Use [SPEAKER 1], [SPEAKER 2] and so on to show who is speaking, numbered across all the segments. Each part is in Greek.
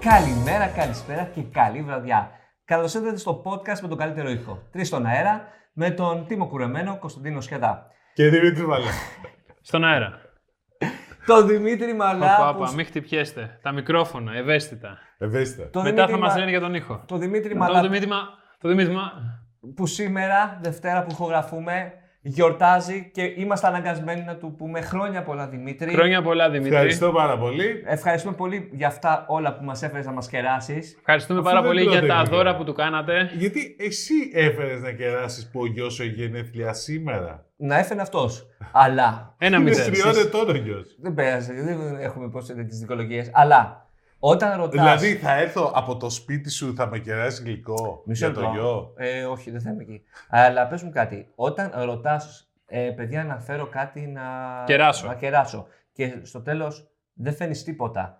[SPEAKER 1] Καλημέρα, καλησπέρα και καλή βραδιά. Καλώς ήρθατε στο podcast με τον καλύτερο ήχο. Τρεις στον αέρα με τον Τίμο Κουρεμένο, Κωνσταντίνο Σχεδά.
[SPEAKER 2] Και Δημήτρη Βαλέ.
[SPEAKER 3] Στον αέρα.
[SPEAKER 1] Τον Δημήτρη
[SPEAKER 3] Παπα,
[SPEAKER 1] Μαλά.
[SPEAKER 3] παπα, μην χτυπιέστε. Τα μικρόφωνα, ευαίσθητα.
[SPEAKER 2] Ευαίσθητα.
[SPEAKER 1] τον
[SPEAKER 3] Μετά θα
[SPEAKER 1] Δημήτρη
[SPEAKER 3] μας
[SPEAKER 1] Μα-
[SPEAKER 3] λένε για τον ήχο.
[SPEAKER 1] τον Δημήτρη
[SPEAKER 3] Το
[SPEAKER 1] Μαλά
[SPEAKER 3] δημήτημα. Το δημήτημα.
[SPEAKER 1] που σήμερα, Δευτέρα που ηχογραφούμε, γιορτάζει και είμαστε αναγκασμένοι να του πούμε χρόνια πολλά Δημήτρη.
[SPEAKER 3] Χρόνια πολλά, Δημήτρη.
[SPEAKER 2] Ευχαριστώ πάρα πολύ.
[SPEAKER 1] Ευχαριστούμε πολύ για αυτά όλα που μας έφερες να μας κεράσεις.
[SPEAKER 3] Ευχαριστούμε
[SPEAKER 2] Αυτό
[SPEAKER 3] πάρα
[SPEAKER 2] δεν
[SPEAKER 3] πολύ
[SPEAKER 2] το
[SPEAKER 3] για τα
[SPEAKER 2] δέχομαι.
[SPEAKER 3] δώρα που του κάνατε.
[SPEAKER 2] Γιατί εσύ έφερες να κεράσεις που ο γιος σου έχει γενέθλια σήμερα.
[SPEAKER 1] Να έφερε αυτός. Αλλά
[SPEAKER 3] Ένα
[SPEAKER 2] Είναι
[SPEAKER 3] μηδέν.
[SPEAKER 2] τριών ετών ο γιος.
[SPEAKER 1] Δεν πειράζει, δεν έχουμε πώ τι δικαιολογίε. Αλλά όταν ρωτάς.
[SPEAKER 2] Δηλαδή θα έρθω από το σπίτι σου, θα με κεράσει γλυκό για το γιο.
[SPEAKER 1] Ε, όχι, δεν θα είμαι εκεί. Αλλά πες μου κάτι. Όταν ρωτάς, ε, παιδιά, να φέρω κάτι να.
[SPEAKER 3] Κεράσω.
[SPEAKER 1] Να κεράσω. Και στο τέλος δεν φαίνεις τίποτα.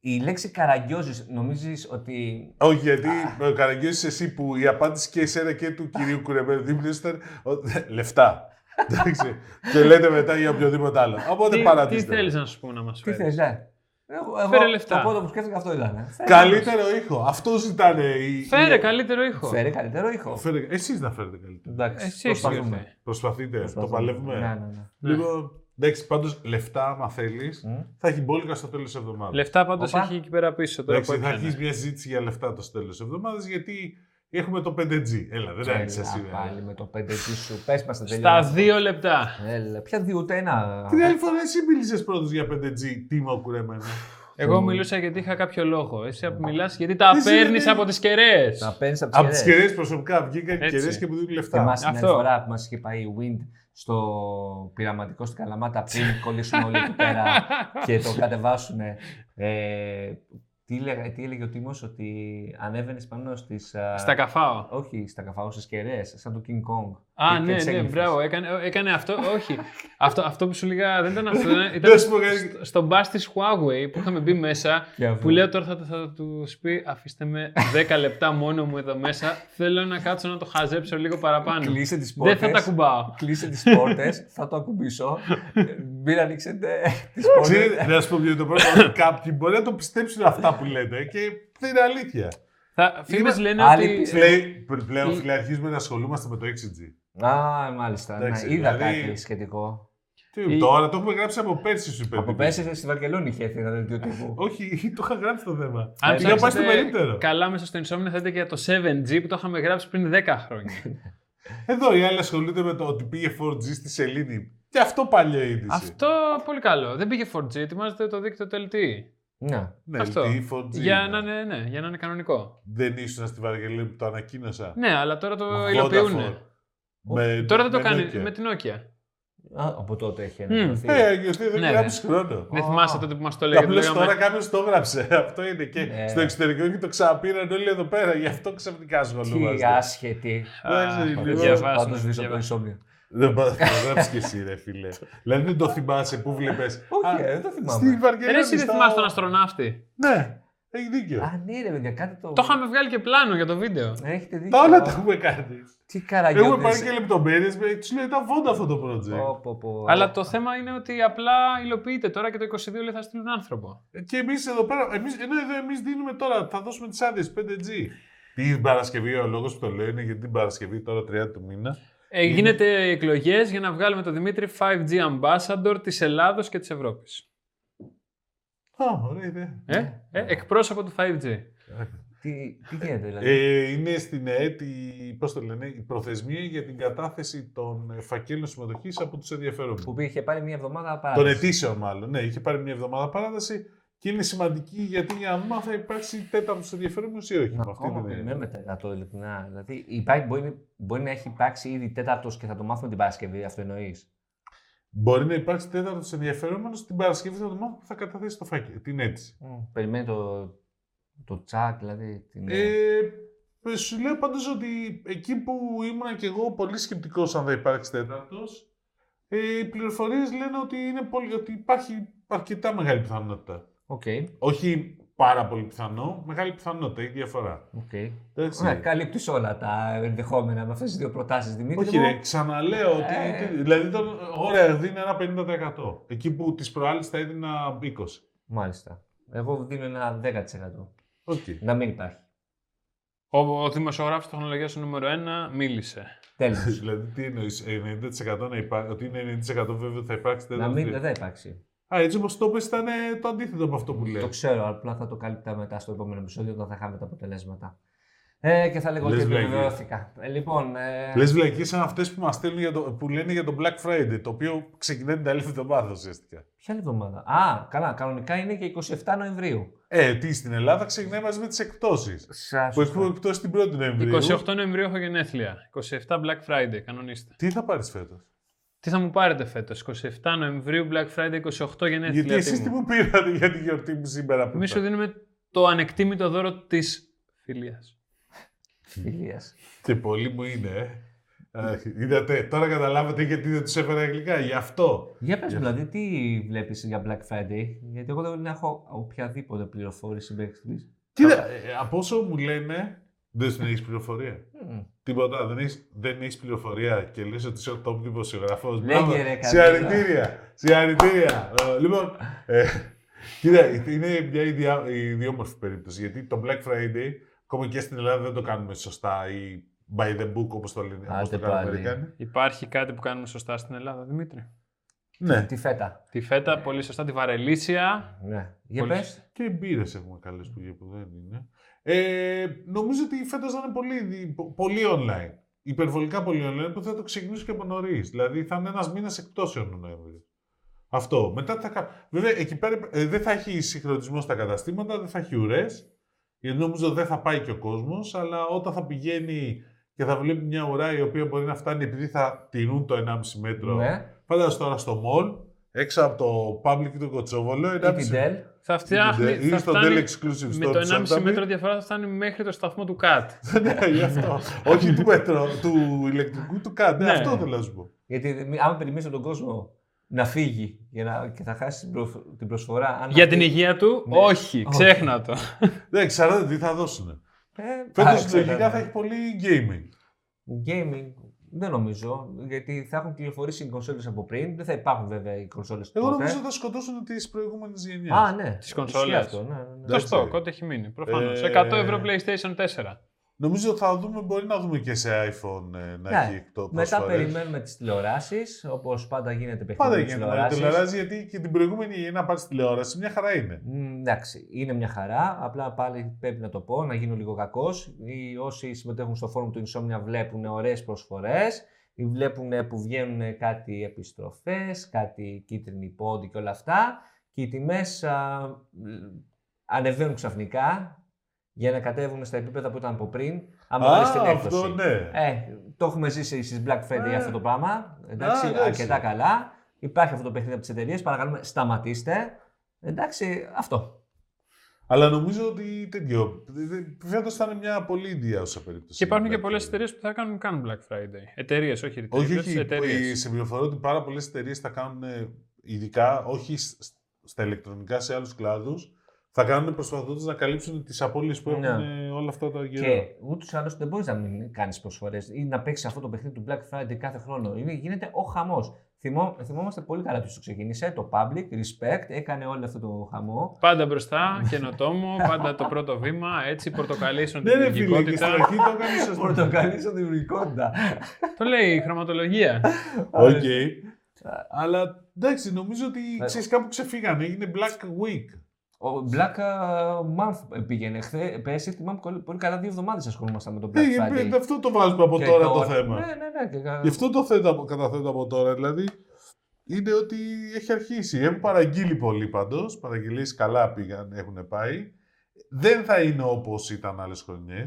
[SPEAKER 1] Η λέξη καραγκιόζης, νομίζεις ότι.
[SPEAKER 2] Όχι, γιατί με καραγκιόζεις εσύ που η απάντηση και εσένα και του κυρίου Κουρεμένου Δήμητρη ήταν ο- λεφτά. Εντάξει. και λέτε μετά για οποιοδήποτε άλλο. Οπότε
[SPEAKER 3] Τι, τι
[SPEAKER 2] παρατήστε.
[SPEAKER 3] θέλεις να σου πω να μας
[SPEAKER 1] Τι
[SPEAKER 3] φέρεις.
[SPEAKER 1] θες, ναι. Εγώ,
[SPEAKER 3] Φέρε
[SPEAKER 1] εγώ,
[SPEAKER 3] λεφτά.
[SPEAKER 1] Το πρώτο που σκέφτηκα αυτό ήταν. ε. Φέρε-
[SPEAKER 2] Καλύτερο ήχο. Αυτό ζητάνε οι.
[SPEAKER 3] Φέρε
[SPEAKER 2] οι-
[SPEAKER 3] καλύτερο ήχο.
[SPEAKER 1] Φέρε καλύτερο ήχο.
[SPEAKER 2] Φέρε- Εσείς να φέρετε καλύτερο.
[SPEAKER 1] Εντάξει,
[SPEAKER 3] Εσύ
[SPEAKER 1] προσπαθούμε.
[SPEAKER 3] είσαι.
[SPEAKER 2] Προσπαθείτε,
[SPEAKER 1] Προσπαθούμε.
[SPEAKER 2] το παλεύουμε.
[SPEAKER 1] Ναι, ναι, ναι.
[SPEAKER 3] Ναι.
[SPEAKER 2] Λοιπόν, εντάξει, πάντως λεφτά, άμα θέλεις,
[SPEAKER 1] Μμ.
[SPEAKER 2] θα έχει μπόλικα στο τέλος της εβδομάδας.
[SPEAKER 3] Λεφτά πάντως
[SPEAKER 1] Οπα.
[SPEAKER 3] έχει εκεί πέρα πίσω. Τώρα
[SPEAKER 2] Εντάξει,
[SPEAKER 3] που
[SPEAKER 2] θα
[SPEAKER 3] έπιανε.
[SPEAKER 2] αρχίσει μια συζήτηση για λεφτά το τέλος της εβδομάδας γιατί έχουμε το 5G. Έλα, δεν άρχισα
[SPEAKER 1] Έλα, Πάλι
[SPEAKER 2] σήμερα.
[SPEAKER 1] με το 5G σου. Πες μας τα
[SPEAKER 3] Στα δύο λεπτά.
[SPEAKER 1] Έλα, ποια δύο ούτε ένα.
[SPEAKER 2] Την άλλη φορά εσύ μίλησες πρώτος για 5G. Τι μου κουρεμένα.
[SPEAKER 3] Εγώ μιλούσα γιατί είχα κάποιο λόγο. Εσύ μιλάς γιατί τα
[SPEAKER 2] Τι
[SPEAKER 3] παίρνει
[SPEAKER 2] σημαίνει?
[SPEAKER 3] από τις κεραίες.
[SPEAKER 1] Να παίρνεις
[SPEAKER 2] Από
[SPEAKER 1] από
[SPEAKER 2] τις
[SPEAKER 1] τι κεραίες.
[SPEAKER 2] κεραίες προσωπικά βγήκαν
[SPEAKER 3] Έτσι.
[SPEAKER 2] κεραίες και μου δίνουν λεφτά.
[SPEAKER 1] Θυμάσαι την άλλη
[SPEAKER 3] Αυτό.
[SPEAKER 1] φορά που μας είχε πάει η Wind στο πειραματικό στην Καλαμάτα πριν κολλήσουν όλοι εκεί πέρα και το κατεβάσουν. τι, έλεγε, τι έλεγε ο Τίμος, ότι ανέβαινες πάνω στις.
[SPEAKER 3] Στα καφάω.
[SPEAKER 1] Όχι, στα καφάω, στις κεραίες, σαν το King Kong.
[SPEAKER 3] Α,
[SPEAKER 1] Και- και
[SPEAKER 3] ναι, ναι,
[SPEAKER 1] ξέγλυφες.
[SPEAKER 3] μπράβο. Έκανε, έκανε αυτό. Όχι. αυτό, αυτό που σου λέγα δεν ήταν αυτό. ήταν-
[SPEAKER 2] Να
[SPEAKER 3] Ήταν
[SPEAKER 2] σου πω κάτι.
[SPEAKER 3] στο- στον μπας της Huawei που είχαμε μπει μέσα.
[SPEAKER 1] Και αυτό.
[SPEAKER 3] Που λέω τώρα θα, θα τους πει: Αφήστε με 10 λεπτά μόνο μου εδώ μέσα. Θέλω να κάτσω να το χαζέψω λίγο παραπάνω.
[SPEAKER 1] Κλείσε τις πόρτε.
[SPEAKER 3] δεν θα τα κουμπάω.
[SPEAKER 1] Κλείσε τις πόρτες, θα το ακουμπήσω. Ε, Μην ανοίξετε τις πόρτε.
[SPEAKER 2] Ξέρετε, να σου πω ποιο είναι το πρόβλημα. Κάποιοι μπορεί να το πιστέψουν αυτά που λέτε και δεν είναι αλήθεια.
[SPEAKER 3] Θα, φίλες λένε
[SPEAKER 1] άλλη
[SPEAKER 3] ότι.
[SPEAKER 1] πίστη.
[SPEAKER 2] Λέει, πλέον
[SPEAKER 3] Η-
[SPEAKER 2] φίλε, αρχίζουμε να ασχολούμαστε με το 6G.
[SPEAKER 1] Α, μάλιστα. Ναι,
[SPEAKER 2] Εντάξει,
[SPEAKER 1] είδα
[SPEAKER 2] δηλαδή-
[SPEAKER 1] κάτι σχετικό.
[SPEAKER 2] Τι,
[SPEAKER 3] Η-
[SPEAKER 2] Τώρα το έχουμε γράψει από πέρσι σου
[SPEAKER 1] Από πέρσι στη Βαρκελόνη είχε έρθει ένα δελτίο τύπου.
[SPEAKER 2] Όχι, το είχα γράψει το θέμα. Για
[SPEAKER 3] Αν
[SPEAKER 2] πάει στο
[SPEAKER 3] ψάξετε
[SPEAKER 2] περίπτερο.
[SPEAKER 3] καλά μέσα στο Insomnia θα δείτε και για το 7G που το είχαμε γράψει πριν 10 χρόνια.
[SPEAKER 2] Εδώ η άλλη ασχολούνται με το ότι πήγε 4G στη Σελήνη. Και αυτό παλιά είδηση.
[SPEAKER 3] αυτό πολύ καλό. Δεν πήγε 4G, ετοιμάζεται το δίκτυο του LTE.
[SPEAKER 1] Ναι.
[SPEAKER 2] Ναι,
[SPEAKER 3] αυτό.
[SPEAKER 2] τι 4G.
[SPEAKER 3] Για να,
[SPEAKER 2] είναι.
[SPEAKER 3] είναι, ναι, για να είναι κανονικό.
[SPEAKER 2] Δεν ήσουν στη Βαργελή που το ανακοίνωσα.
[SPEAKER 3] Ναι, αλλά τώρα το
[SPEAKER 2] Vodafone.
[SPEAKER 3] υλοποιούν.
[SPEAKER 2] Με,
[SPEAKER 3] Τώρα δεν το
[SPEAKER 2] με
[SPEAKER 3] κάνει
[SPEAKER 2] Nokia.
[SPEAKER 3] με την Nokia.
[SPEAKER 1] Α, από τότε έχει
[SPEAKER 3] Μμμ.
[SPEAKER 1] ενημερωθεί.
[SPEAKER 2] Ε, γιατί δεν
[SPEAKER 3] Ναι,
[SPEAKER 2] ναι,
[SPEAKER 3] ναι.
[SPEAKER 2] γράψει χρόνο.
[SPEAKER 3] Δεν
[SPEAKER 1] Α.
[SPEAKER 3] θυμάσαι τότε που μας το ναι. λέγατε.
[SPEAKER 2] Απλώ
[SPEAKER 3] Λέγαμε...
[SPEAKER 2] τώρα κάποιος το έγραψε. Αυτό είναι και
[SPEAKER 1] Ναι.
[SPEAKER 2] στο εξωτερικό και το ξαναπήραν όλοι εδώ πέρα. Γι' αυτό ξαφνικά
[SPEAKER 1] Τι
[SPEAKER 2] ασχολούμαστε.
[SPEAKER 1] άσχετη.
[SPEAKER 3] Α,
[SPEAKER 2] λίγο.
[SPEAKER 3] το διαβάζουμε,
[SPEAKER 1] Πάντως βρίσκω το
[SPEAKER 3] διαβάζουμε.
[SPEAKER 1] ισόμιο.
[SPEAKER 2] Δεν πα- το γράψει κι εσύ, ρε φίλε. Δηλαδή δεν το θυμάσαι που βλέπει.
[SPEAKER 1] Όχι, ε, δεν το
[SPEAKER 2] Στη
[SPEAKER 1] θυμάμαι.
[SPEAKER 2] Βαργελή.
[SPEAKER 3] Ρε, εσύ δεν θυμάσαι τον αστροναύτη.
[SPEAKER 2] Ναι, έχει δίκιο.
[SPEAKER 1] Α, ναι, ρε, παιδιά, κάτι το. Ναι,
[SPEAKER 3] Το είχαμε βγάλει και πλάνο για το βίντεο.
[SPEAKER 1] Έχετε δίκιο.
[SPEAKER 2] Τα όλα τα έχουμε κάνει.
[SPEAKER 1] Τι
[SPEAKER 2] Έχουμε πάρει και
[SPEAKER 1] καραγκιόντες.
[SPEAKER 2] λεπτομέρειες με τους λέει ήταν βόντα αυτό το project.
[SPEAKER 1] Πω, πω, πω.
[SPEAKER 3] Αλλά το θέμα είναι ότι απλά υλοποιείται τώρα και το 22 λέει θα στείλουν άνθρωπο.
[SPEAKER 2] Και εμείς εδώ πέρα, εμείς, ενώ εδώ εμείς δίνουμε τώρα, θα δώσουμε τις άδειες 5G. Την Παρασκευή, ο λόγος που το λέω είναι γιατί την Παρασκευή τώρα 30 του μήνα.
[SPEAKER 3] Ε, γίνεται εκλογές για να βγάλουμε τον Δημήτρη 5G ambassador της Ελλάδος και της Ευρώπης.
[SPEAKER 2] Α, ωραία ιδέα.
[SPEAKER 3] Ε, ε, εκπρόσωπο του 5G.
[SPEAKER 1] Τι, τι γίνεται, δηλαδή.
[SPEAKER 2] Ε, είναι στην ΕΕΤ η, πώς το λένε, η προθεσμία για την κατάθεση των ε, φακέλων συμμετοχής από τους ενδιαφέροντες.
[SPEAKER 1] Που είχε πάρει μία εβδομάδα
[SPEAKER 2] Των
[SPEAKER 1] παράδοση.
[SPEAKER 2] αιτήσεων, μάλλον. Ναι, είχε πάρει μια εβδομάδα παράταση και είναι σημαντική γιατί για να δούμε αν θα υπάρξει τέταρτος ενδιαφέρον ή όχι. Με αυτή
[SPEAKER 1] Ακόμα
[SPEAKER 2] την έννοια.
[SPEAKER 1] περιμένουμε τέταρτο, ειλικρινά. Δηλαδή, υπάρχει, μπορεί, μπορεί να έχει υπάρξει ήδη τέταρτος και θα το μάθουμε την Παρασκευή, αυτό εννοείς.
[SPEAKER 2] Μπορεί να υπάρξει τέταρτος ενδιαφερόμενος την Παρασκευή θα το μάθω που θα καταθέσει το φάκελο, την αίτηση.
[SPEAKER 1] Περιμένει το, το τσακ, δηλαδή. Την...
[SPEAKER 2] Ε, σου λέω πάντως ότι εκεί που ήμουν και εγώ πολύ σκεπτικός αν θα υπάρξει τέταρτος, ε, οι πληροφορίες λένε ότι, είναι πολύ, ότι υπάρχει αρκετά μεγάλη πιθανότητα.
[SPEAKER 1] Οκ.
[SPEAKER 2] Όχι πάρα πολύ πιθανό, μεγάλη πιθανότητα, η διαφορά.
[SPEAKER 1] οκ.
[SPEAKER 2] Εντάξει.
[SPEAKER 1] Ναι, καλύπτεις όλα τα ενδεχόμενα με αυτές τις δύο προτάσεις, Δημήτρη
[SPEAKER 2] Όχι,
[SPEAKER 1] μου.
[SPEAKER 2] ρε, ξαναλέω ότι.
[SPEAKER 1] Ε.
[SPEAKER 2] Δηλαδή, τον, ωραία, δίνει ένα 50%. Εκεί που τη προάλλη θα έδινα 20%.
[SPEAKER 1] Μάλιστα. Εγώ δίνω ένα 10%.
[SPEAKER 2] Οκ.
[SPEAKER 1] Να μην υπάρχει.
[SPEAKER 3] Ο, ο δημοσιογράφος τεχνολογία νούμερο 1 μίλησε.
[SPEAKER 1] Τέλος.
[SPEAKER 2] δηλαδή, τι εννοείς, 90% να υπάρχει, ότι είναι 90% βέβαιο ότι θα υπάρξει
[SPEAKER 1] να
[SPEAKER 2] τέταρτο.
[SPEAKER 1] μην δεν
[SPEAKER 2] βίντεο.
[SPEAKER 1] θα υπάρξει.
[SPEAKER 2] Α, έτσι όπως το είπες ήταν ε, το αντίθετο από αυτό που
[SPEAKER 1] Το
[SPEAKER 2] λέω.
[SPEAKER 1] ξέρω, απλά θα το κάλυπτα μετά στο επόμενο επεισόδιο όταν θα είχαμε τα αποτελέσματα. Ε, και θα λέγω ότι
[SPEAKER 2] Λες βλακίες.
[SPEAKER 1] επιβεβαιώθηκα. Ε, λοιπόν, ε,
[SPEAKER 2] Λες βλακίες σαν αυτές που μας στέλνουν για το, που λένε για τον Black Friday, το οποίο ξεκινάει την αλήθεια το μάθος ουσιαστικά.
[SPEAKER 1] ποια άλλη εβδομάδα. Α, καλά, κανονικά είναι και 27 Νοεμβρίου.
[SPEAKER 2] Ε, τι στην Ελλάδα ξεκινάει μαζί με τις εκπτώσεις.
[SPEAKER 1] Σας
[SPEAKER 2] Που έχουμε εκπτώσει την 1η Νοεμβρίου.
[SPEAKER 3] 28 Νοεμβρίου έχω γενέθλια. 27 Black Friday, κανονίστε.
[SPEAKER 2] Τι θα πάρεις φέτος.
[SPEAKER 3] Τι θα μου πάρετε φέτος, 27 Νοεμβρίου, Black Friday, 28 γενέθλια.
[SPEAKER 2] Γιατί εσείς τι μου πήρατε για τη γιορτή μου σήμερα που
[SPEAKER 3] Εμείς σου δίνουμε το ανεκτήμητο δώρο της φιλίας.
[SPEAKER 1] φιλίας.
[SPEAKER 2] Και πολύ μου είναι, ε. Αχ, Είδατε, τώρα καταλάβατε γιατί δεν τους έφερα αγγλικά, γι' αυτό.
[SPEAKER 1] Για πες μου,
[SPEAKER 2] Για-
[SPEAKER 1] δηλαδή, τι βλέπεις για Black Friday, γιατί εγώ δεν έχω οποιαδήποτε πληροφόρηση μέχρι στιγμής.
[SPEAKER 2] Κοίτα, ε, από όσο μου λένε, δεν την έχεις πληροφορία.
[SPEAKER 1] Μμμ.
[SPEAKER 2] Τίποτα, δεν έχεις, δεν έχεις πληροφορία και λες ότι είσαι ο top δημοσιογραφός.
[SPEAKER 1] Λέγε,
[SPEAKER 2] Μπράβο.
[SPEAKER 1] Ναι, ρε, καλύτερα.
[SPEAKER 2] Συγχαρητήρια, συγχαρητήρια. Ε, Λοιπόν, ε, κοίτα, ε, είναι μια ιδια- ιδιόμορφη περίπτωση, γιατί το Black Friday, ακόμα και στην Ελλάδα δεν το κάνουμε σωστά ή by the book όπως το λένε, όπως
[SPEAKER 1] Άντε
[SPEAKER 2] το κάνουν οι
[SPEAKER 1] πάλι.
[SPEAKER 2] Αμερικάνοι.
[SPEAKER 3] Υπάρχει κάτι που κάνουμε σωστά στην Ελλάδα, Δημήτρη.
[SPEAKER 2] Ναι,
[SPEAKER 1] Ε, Τη φέτα.
[SPEAKER 3] Τη φέτα, πολύ σωστά, τη βαρελίσια.
[SPEAKER 1] Ναι. Για
[SPEAKER 3] Πολύ-
[SPEAKER 1] πες.
[SPEAKER 2] Και εμπειρε έχουμε καλές που, που δεν είναι. Ε, νομίζω ότι φέτος θα είναι πολύ, δι- πο- πολύ online. Υπερβολικά πολύ online που θα το ξεκινήσει και από νωρίς. Δηλαδή θα είναι ένας μήνας εκτόσεων ο Νοέμβρη. Αυτό. Μετά τι θα κάνουμε. Βέβαια εκεί πέρα ε, δεν θα έχει συγχρονισμό στα καταστήματα, δεν θα έχει ουρές. Γιατί νομίζω δεν θα πάει και ο κόσμος, αλλά όταν θα πηγαίνει και θα βλέπει μια ουρά η οποία μπορεί να φτάνει επειδή θα τηρούν το 1,5 μέτρο.
[SPEAKER 1] Ναι.
[SPEAKER 2] Φαντάζομαι τώρα στο μολ, έξω από το public του Κοτσόβολο,
[SPEAKER 1] Ή
[SPEAKER 2] 1,5
[SPEAKER 1] την
[SPEAKER 2] μέτρο.
[SPEAKER 1] Dell.
[SPEAKER 3] Θα φτιάχνει.
[SPEAKER 2] Ή
[SPEAKER 3] θα
[SPEAKER 2] στο
[SPEAKER 3] φτάνει-
[SPEAKER 2] Dell Exclusive
[SPEAKER 3] με
[SPEAKER 2] Store
[SPEAKER 3] το
[SPEAKER 2] του
[SPEAKER 3] 1,5
[SPEAKER 2] Σαντάμι.
[SPEAKER 3] μέτρο διαφορά θα φτάνει μέχρι το σταθμό του ΚΑΤ.
[SPEAKER 2] Ναι, γι' αυτό. Όχι του μέτρο, του ηλεκτρικού του ΚΑΤ. Ναι,
[SPEAKER 3] Ναι.
[SPEAKER 2] αυτό θέλω να σου πω.
[SPEAKER 1] Γιατί μη- άμα περιμένεις τον κόσμο να φύγει για να, και θα χάσει την, προσ- την προσφορά. Αν
[SPEAKER 3] Για
[SPEAKER 1] αυτή-
[SPEAKER 3] την υγεία του,
[SPEAKER 1] Ναι.
[SPEAKER 3] όχι,
[SPEAKER 1] Όχι.
[SPEAKER 3] ξέχνα το.
[SPEAKER 2] Δεν ξέρω Ναι, τι θα δώσουν.
[SPEAKER 1] Ε, α,
[SPEAKER 2] Φέτο
[SPEAKER 1] ξέρω,
[SPEAKER 2] λογικά
[SPEAKER 1] ναι.
[SPEAKER 2] θα έχει πολύ gaming.
[SPEAKER 1] Gaming δεν νομίζω, γιατί θα έχουν κυκλοφορήσει οι κονσόλες από πριν. Δεν θα υπάρχουν βέβαια οι κονσόλες
[SPEAKER 2] Εγώ
[SPEAKER 1] τότε.
[SPEAKER 2] νομίζω θα σκοτώσουν τις προηγούμενες γενιές.
[SPEAKER 1] Α, ναι.
[SPEAKER 3] Τις κονσόλες.
[SPEAKER 1] Ισχύει Αυτό, ναι, ναι, ναι.
[SPEAKER 3] Το
[SPEAKER 2] Εντάξει.
[SPEAKER 3] στόκ, ό,τι έχει μείνει. Προφανώς.
[SPEAKER 2] Ε,
[SPEAKER 3] 100 ευρώ PlayStation 4.
[SPEAKER 2] Νομίζω θα δούμε, μπορεί να δούμε και σε iPhone ε, να
[SPEAKER 1] Ναι.
[SPEAKER 2] έχει εκτό
[SPEAKER 1] Μετά
[SPEAKER 2] προσφορές.
[SPEAKER 1] περιμένουμε τις τηλεοράσεις, όπως πάντα γίνεται παιχνίδι
[SPEAKER 2] Πάντα
[SPEAKER 1] με τις
[SPEAKER 2] γίνεται ναι,
[SPEAKER 1] τηλεοράσεις.
[SPEAKER 2] τηλεόραση γιατί και την προηγούμενη γενιά να πάρεις τηλεόραση μια χαρά είναι.
[SPEAKER 1] Μ, Εντάξει, είναι μια χαρά. Απλά πάλι πρέπει να το πω, να γίνω λίγο κακός. Όσοι συμμετέχουν στο φόρουμ του Insomnia βλέπουν ωραίες προσφορές. Βλέπουν που βγαίνουν κάτι επιστροφές, κάτι κίτρινη πόντι και όλα αυτά. Και οι τιμές ανεβαίνουν ξαφνικά για να κατέβουν στα επίπεδα που ήταν από πριν. Αν
[SPEAKER 2] Α,
[SPEAKER 1] βάλεις την έκπτωση.
[SPEAKER 2] αυτό ναι.
[SPEAKER 1] Ε, το έχουμε ζήσει στις Black Friday
[SPEAKER 2] Ε.
[SPEAKER 1] αυτό το πράγμα. Εντάξει,
[SPEAKER 2] Α, εντάξει.
[SPEAKER 1] αρκετά καλά. Υπάρχει αυτό το παιχνίδι από τις εταιρείες. Παρακαλούμε, σταματήστε. Εντάξει, αυτό.
[SPEAKER 2] Αλλά νομίζω ότι τέτοιο. Φέτος θα είναι μια πολύ ιδιαίτερη περίπτωση.
[SPEAKER 3] Και υπάρχουν και
[SPEAKER 2] Black
[SPEAKER 3] πολλές
[SPEAKER 2] Friday.
[SPEAKER 3] εταιρείες που θα κάνουν καν Black Friday. Εταιρείες, όχι
[SPEAKER 2] Όχι,
[SPEAKER 3] retailers,
[SPEAKER 2] όχι.
[SPEAKER 3] εταιρείες.
[SPEAKER 2] ε, Σε πληροφορώ ότι πάρα πολλές εταιρείες θα κάνουν ε, ειδικά, όχι σ- στα ηλεκτρονικά, σε άλλους κλάδους, θα κάνουν προσπαθώντας να καλύψουν τις απώλειες που έχουν
[SPEAKER 1] Ναι.
[SPEAKER 2] ε, όλα αυτά τα καιρό.
[SPEAKER 1] Και ούτως ή άλλως δεν μπορείς να μην κάνεις προσφορές ή να παίξεις αυτό το παιχνίδι του Black Friday κάθε χρόνο. Είναι, γίνεται ο χαμός. Θυμό, θυμόμαστε πολύ καλά ποιος το ξεκίνησε. Το public, respect, έκανε όλο αυτό το χαμό.
[SPEAKER 3] Πάντα μπροστά, καινοτόμο, πάντα το πρώτο βήμα, έτσι, πορτοκαλί στον
[SPEAKER 2] Ναι, ρε φίλε, και στην
[SPEAKER 3] δημιουργικότητα.
[SPEAKER 2] αρχή το έκανες σωστά.
[SPEAKER 1] Πορτοκαλί στον δημιουργικότητα.
[SPEAKER 3] Το λέει η χρωματολογία.
[SPEAKER 2] Οκ. Αλλά εντάξει, νομίζω ότι
[SPEAKER 1] Ναι.
[SPEAKER 2] ξέρεις κάπου ξεφύγανε. Έγινε Black Week.
[SPEAKER 1] Ο Black uh, Month ε, πήγαινε χθε. Πέρσι, θυμάμαι πολύ- πολύ καλά, δύο εβδομάδες ασχολούμασταν με τον Black
[SPEAKER 2] Ναι,
[SPEAKER 1] Friday.
[SPEAKER 2] ε, αυτό το βάζουμε από
[SPEAKER 1] Και
[SPEAKER 2] τώρα το
[SPEAKER 1] τώρα-
[SPEAKER 2] θέμα.
[SPEAKER 1] Ναι, ναι, ναι. Και...
[SPEAKER 2] Γι' αυτό το θέτω, από- καταθέτω από τώρα, δηλαδή είναι ότι έχει αρχίσει. Έχουν παραγγείλει πολύ παντό. Παραγγελίες καλά πήγαν, έχουν πάει. Δεν θα είναι όπως ήταν άλλες χρονιές.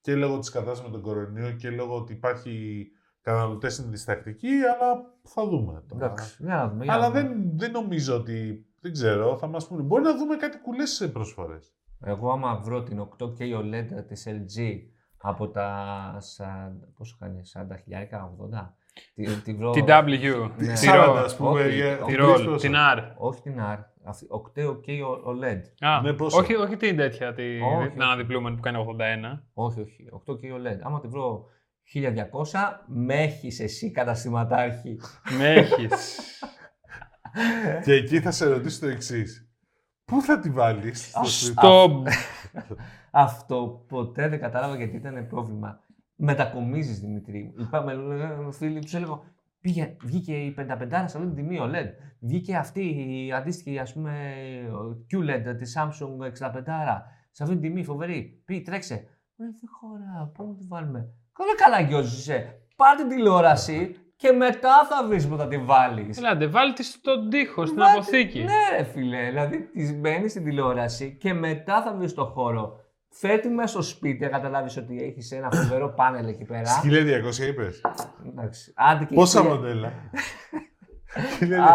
[SPEAKER 2] Και λόγω της κατάστασης με τον κορονοϊό και λόγω ότι υπάρχει καταναλωτές είναι διστακτικοί, αλλά θα δούμε. τώρα.
[SPEAKER 1] Εντάξει, για να δούμε. για να
[SPEAKER 2] Αλλά
[SPEAKER 1] δούμε.
[SPEAKER 2] δεν, δεν νομίζω ότι. Δεν ξέρω, θα μας πούνε. Μπορεί να δούμε κάτι κουλές σε προσφορές.
[SPEAKER 1] Εγώ άμα βρω την 8K OLED της LG από τα 40, πόσο κάνει, 40 χιλιάρικα, 80. Τη, τη βρω...
[SPEAKER 3] Την W,
[SPEAKER 1] Ναι.
[SPEAKER 3] τη
[SPEAKER 2] 40,
[SPEAKER 3] ROL,
[SPEAKER 2] ας πούμε.
[SPEAKER 1] όχι, τη
[SPEAKER 2] για-
[SPEAKER 3] τη
[SPEAKER 2] χωρίς
[SPEAKER 3] ROL,
[SPEAKER 2] πρόσωπο.
[SPEAKER 3] την R.
[SPEAKER 1] Όχι την R, αυτή, 8K OLED.
[SPEAKER 3] Α,
[SPEAKER 2] Ναι, πόσο?
[SPEAKER 3] όχι, όχι την τέτοια, τη,
[SPEAKER 1] Όχι.
[SPEAKER 3] την αναδιπλούμενη που κάνει 81.
[SPEAKER 1] Όχι, όχι, 8K OLED. Άμα τη βρω 1200, με έχεις εσύ καταστηματάρχη.
[SPEAKER 2] Ναι,
[SPEAKER 3] Με έχεις.
[SPEAKER 2] Και εκεί θα σε ρωτήσω το εξής. Πού θα τη βάλεις,
[SPEAKER 1] Α,
[SPEAKER 3] Το
[SPEAKER 1] Αυτό ποτέ δεν κατάλαβα γιατί ήταν πρόβλημα. Μετακομίζεις Δημητρή. Είπαμε, λέγαμε, φίλοι, του έλεγα. Πήγε, βγήκε η 55 σε αυτή την τιμή OLED. Βγήκε αυτή η αντίστοιχη ας πούμε QLED τη Samsung 65 σε αυτή την τιμή φοβερή. Πει τρέξε. Ρε δεν χωρά, πού να τη βάλουμε. Καλά καλά γιώζεις είσαι. Πάρ την τηλεόραση και μετά θα βρεις που θα τη βάλεις.
[SPEAKER 3] Ελάτε, βάλτε στον τοίχο, στην
[SPEAKER 1] Βάλτε-
[SPEAKER 3] αποθήκη.
[SPEAKER 1] Ναι, ρε φίλε. Δηλαδή, τη μπαίνεις στην τηλεόραση και μετά θα βρει το χώρο. Φέρτη μέσα στο σπίτι, καταλάβεις ότι έχεις ένα φοβερό πάνελ εκεί πέρα.
[SPEAKER 2] 1200 είπες.
[SPEAKER 1] Εντάξει. Άντε και,
[SPEAKER 2] Πόσα
[SPEAKER 1] χίλια-
[SPEAKER 2] μοντέλα. 1200.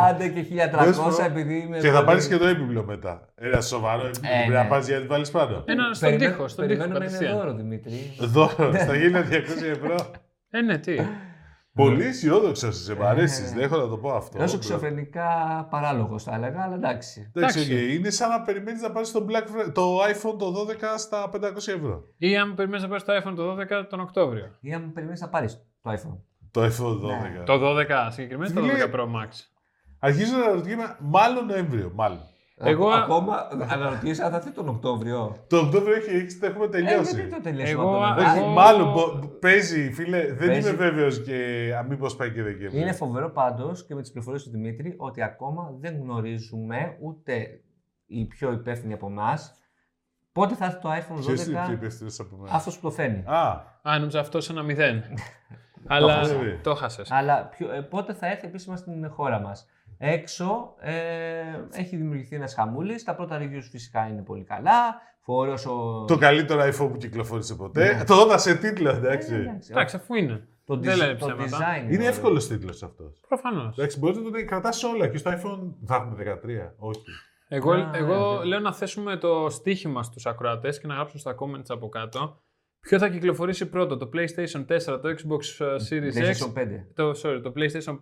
[SPEAKER 1] άντε και
[SPEAKER 2] Μπορείς
[SPEAKER 1] 1300
[SPEAKER 2] να-
[SPEAKER 1] επειδή είμαι.
[SPEAKER 2] Και θα
[SPEAKER 1] πολύ-
[SPEAKER 2] πάρεις και το έπιπλο μετά. Ένα σοβαρό έπιπλο.
[SPEAKER 1] Ε,
[SPEAKER 2] Πρέπει να
[SPEAKER 1] ναι.
[SPEAKER 2] πας για να βάλεις πάνω.
[SPEAKER 3] Ένα στον
[SPEAKER 1] Περιμέ-
[SPEAKER 3] τοίχο, στον τοίχο
[SPEAKER 1] Περιμένουμε ένα
[SPEAKER 3] κατευθείαν.
[SPEAKER 1] δώρο,
[SPEAKER 2] Ε,
[SPEAKER 1] Δημήτρη.
[SPEAKER 2] Δώρο, στα 1200 ευρώ.
[SPEAKER 3] Ε, ναι, τι.
[SPEAKER 2] Πολύ αισιόδοξος είσαι, μ' αρέσεις.
[SPEAKER 1] Ε,
[SPEAKER 2] Δεν έχω να το πω αυτό.
[SPEAKER 1] Ενώ είσαι ξεφρενικά παράλογος, θα έλεγα, αλλά εντάξει.
[SPEAKER 2] Εντάξει,
[SPEAKER 3] Εντάξει.
[SPEAKER 2] οκ. είναι σαν να περιμένεις να πάρεις το, Black Friday- το iPhone το 12 στα 500 ευρώ.
[SPEAKER 3] Ή αν περιμένεις να πάρεις το iPhone το 12 τον Οκτώβριο.
[SPEAKER 1] Ή αν περιμένεις να πάρεις το iPhone.
[SPEAKER 2] Το iPhone 12.
[SPEAKER 1] Ναι.
[SPEAKER 3] Το 12, συγκεκριμένα το
[SPEAKER 2] Φίλε.
[SPEAKER 3] 12 Pro Max.
[SPEAKER 2] Αρχίζω να ρωτιέμαι, μάλλον Νοέμβριο. Μάλλον.
[SPEAKER 3] Εγώ-
[SPEAKER 1] Α- Ακόμα αναρωτιέσαι αν θα έρθει τον Οκτώβριο.
[SPEAKER 2] Το Οκτώβριο έχει έξι, το έχουμε
[SPEAKER 1] Ε, γιατί
[SPEAKER 2] τελειώσει.
[SPEAKER 1] το τελειώσαμε
[SPEAKER 3] Εγώ-
[SPEAKER 1] τον
[SPEAKER 2] Όχι,
[SPEAKER 1] Οκτώβριο.
[SPEAKER 3] εγώ-
[SPEAKER 2] Μάλλον μπο- παίζει, φίλε. Δεν
[SPEAKER 1] Παίζει.
[SPEAKER 2] είμαι βέβαιος και μήπως πάει και Δεκέμβριο.
[SPEAKER 1] Είναι φοβερό πάντως και με τις πληροφορίες του Δημήτρη ότι ακόμα δεν γνωρίζουμε ούτε οι πιο υπεύθυνοι από εμάς πότε θα έρθει το iPhone
[SPEAKER 2] Ξέρεις τι πιο
[SPEAKER 1] 12.
[SPEAKER 2] υπεύθυνο από μένα.
[SPEAKER 1] Αυτός που το φέρνει.
[SPEAKER 2] Α,
[SPEAKER 3] Α, νόμιζα αυτός ένα μηδέν. Αλλά
[SPEAKER 2] χάσαμε.
[SPEAKER 3] το χάσες.
[SPEAKER 1] Αλλά ποιο- ε, πότε θα έρθει επίσημα στην χώρα μας. Έξω ε, έχει δημιουργηθεί ένας χαμούλης. Τα πρώτα reviews φυσικά είναι πολύ καλά. Φόρος ο.
[SPEAKER 2] το καλύτερο iPhone που κυκλοφόρησε ποτέ.
[SPEAKER 1] Ναι.
[SPEAKER 2] Το έδωσε τίτλο,
[SPEAKER 1] Ε,
[SPEAKER 2] εντάξει.
[SPEAKER 3] Εντάξει, αφού είναι.
[SPEAKER 1] Το,
[SPEAKER 3] δεν
[SPEAKER 1] design-
[SPEAKER 3] λέμε
[SPEAKER 1] το
[SPEAKER 3] ψέματα.
[SPEAKER 1] design.
[SPEAKER 2] Είναι
[SPEAKER 1] ωραίο.
[SPEAKER 2] εύκολος τίτλος αυτός.
[SPEAKER 3] Προφανώς.
[SPEAKER 2] Εντάξει, μπορείτε να το κρατάς όλα και στο iPhone θα έχουμε 13. Όχι.
[SPEAKER 3] Εγώ,
[SPEAKER 1] Α,
[SPEAKER 3] εγώ
[SPEAKER 1] ναι.
[SPEAKER 3] λέω να θέσουμε το στοίχημα στους ακροατές και να γράψουν στα comments από κάτω. Ποιο θα κυκλοφορήσει πρώτο, το PlayStation 4, το Xbox ε, Series X,
[SPEAKER 1] Ναι, PlayStation 5.
[SPEAKER 3] το, sorry, το PlayStation 5,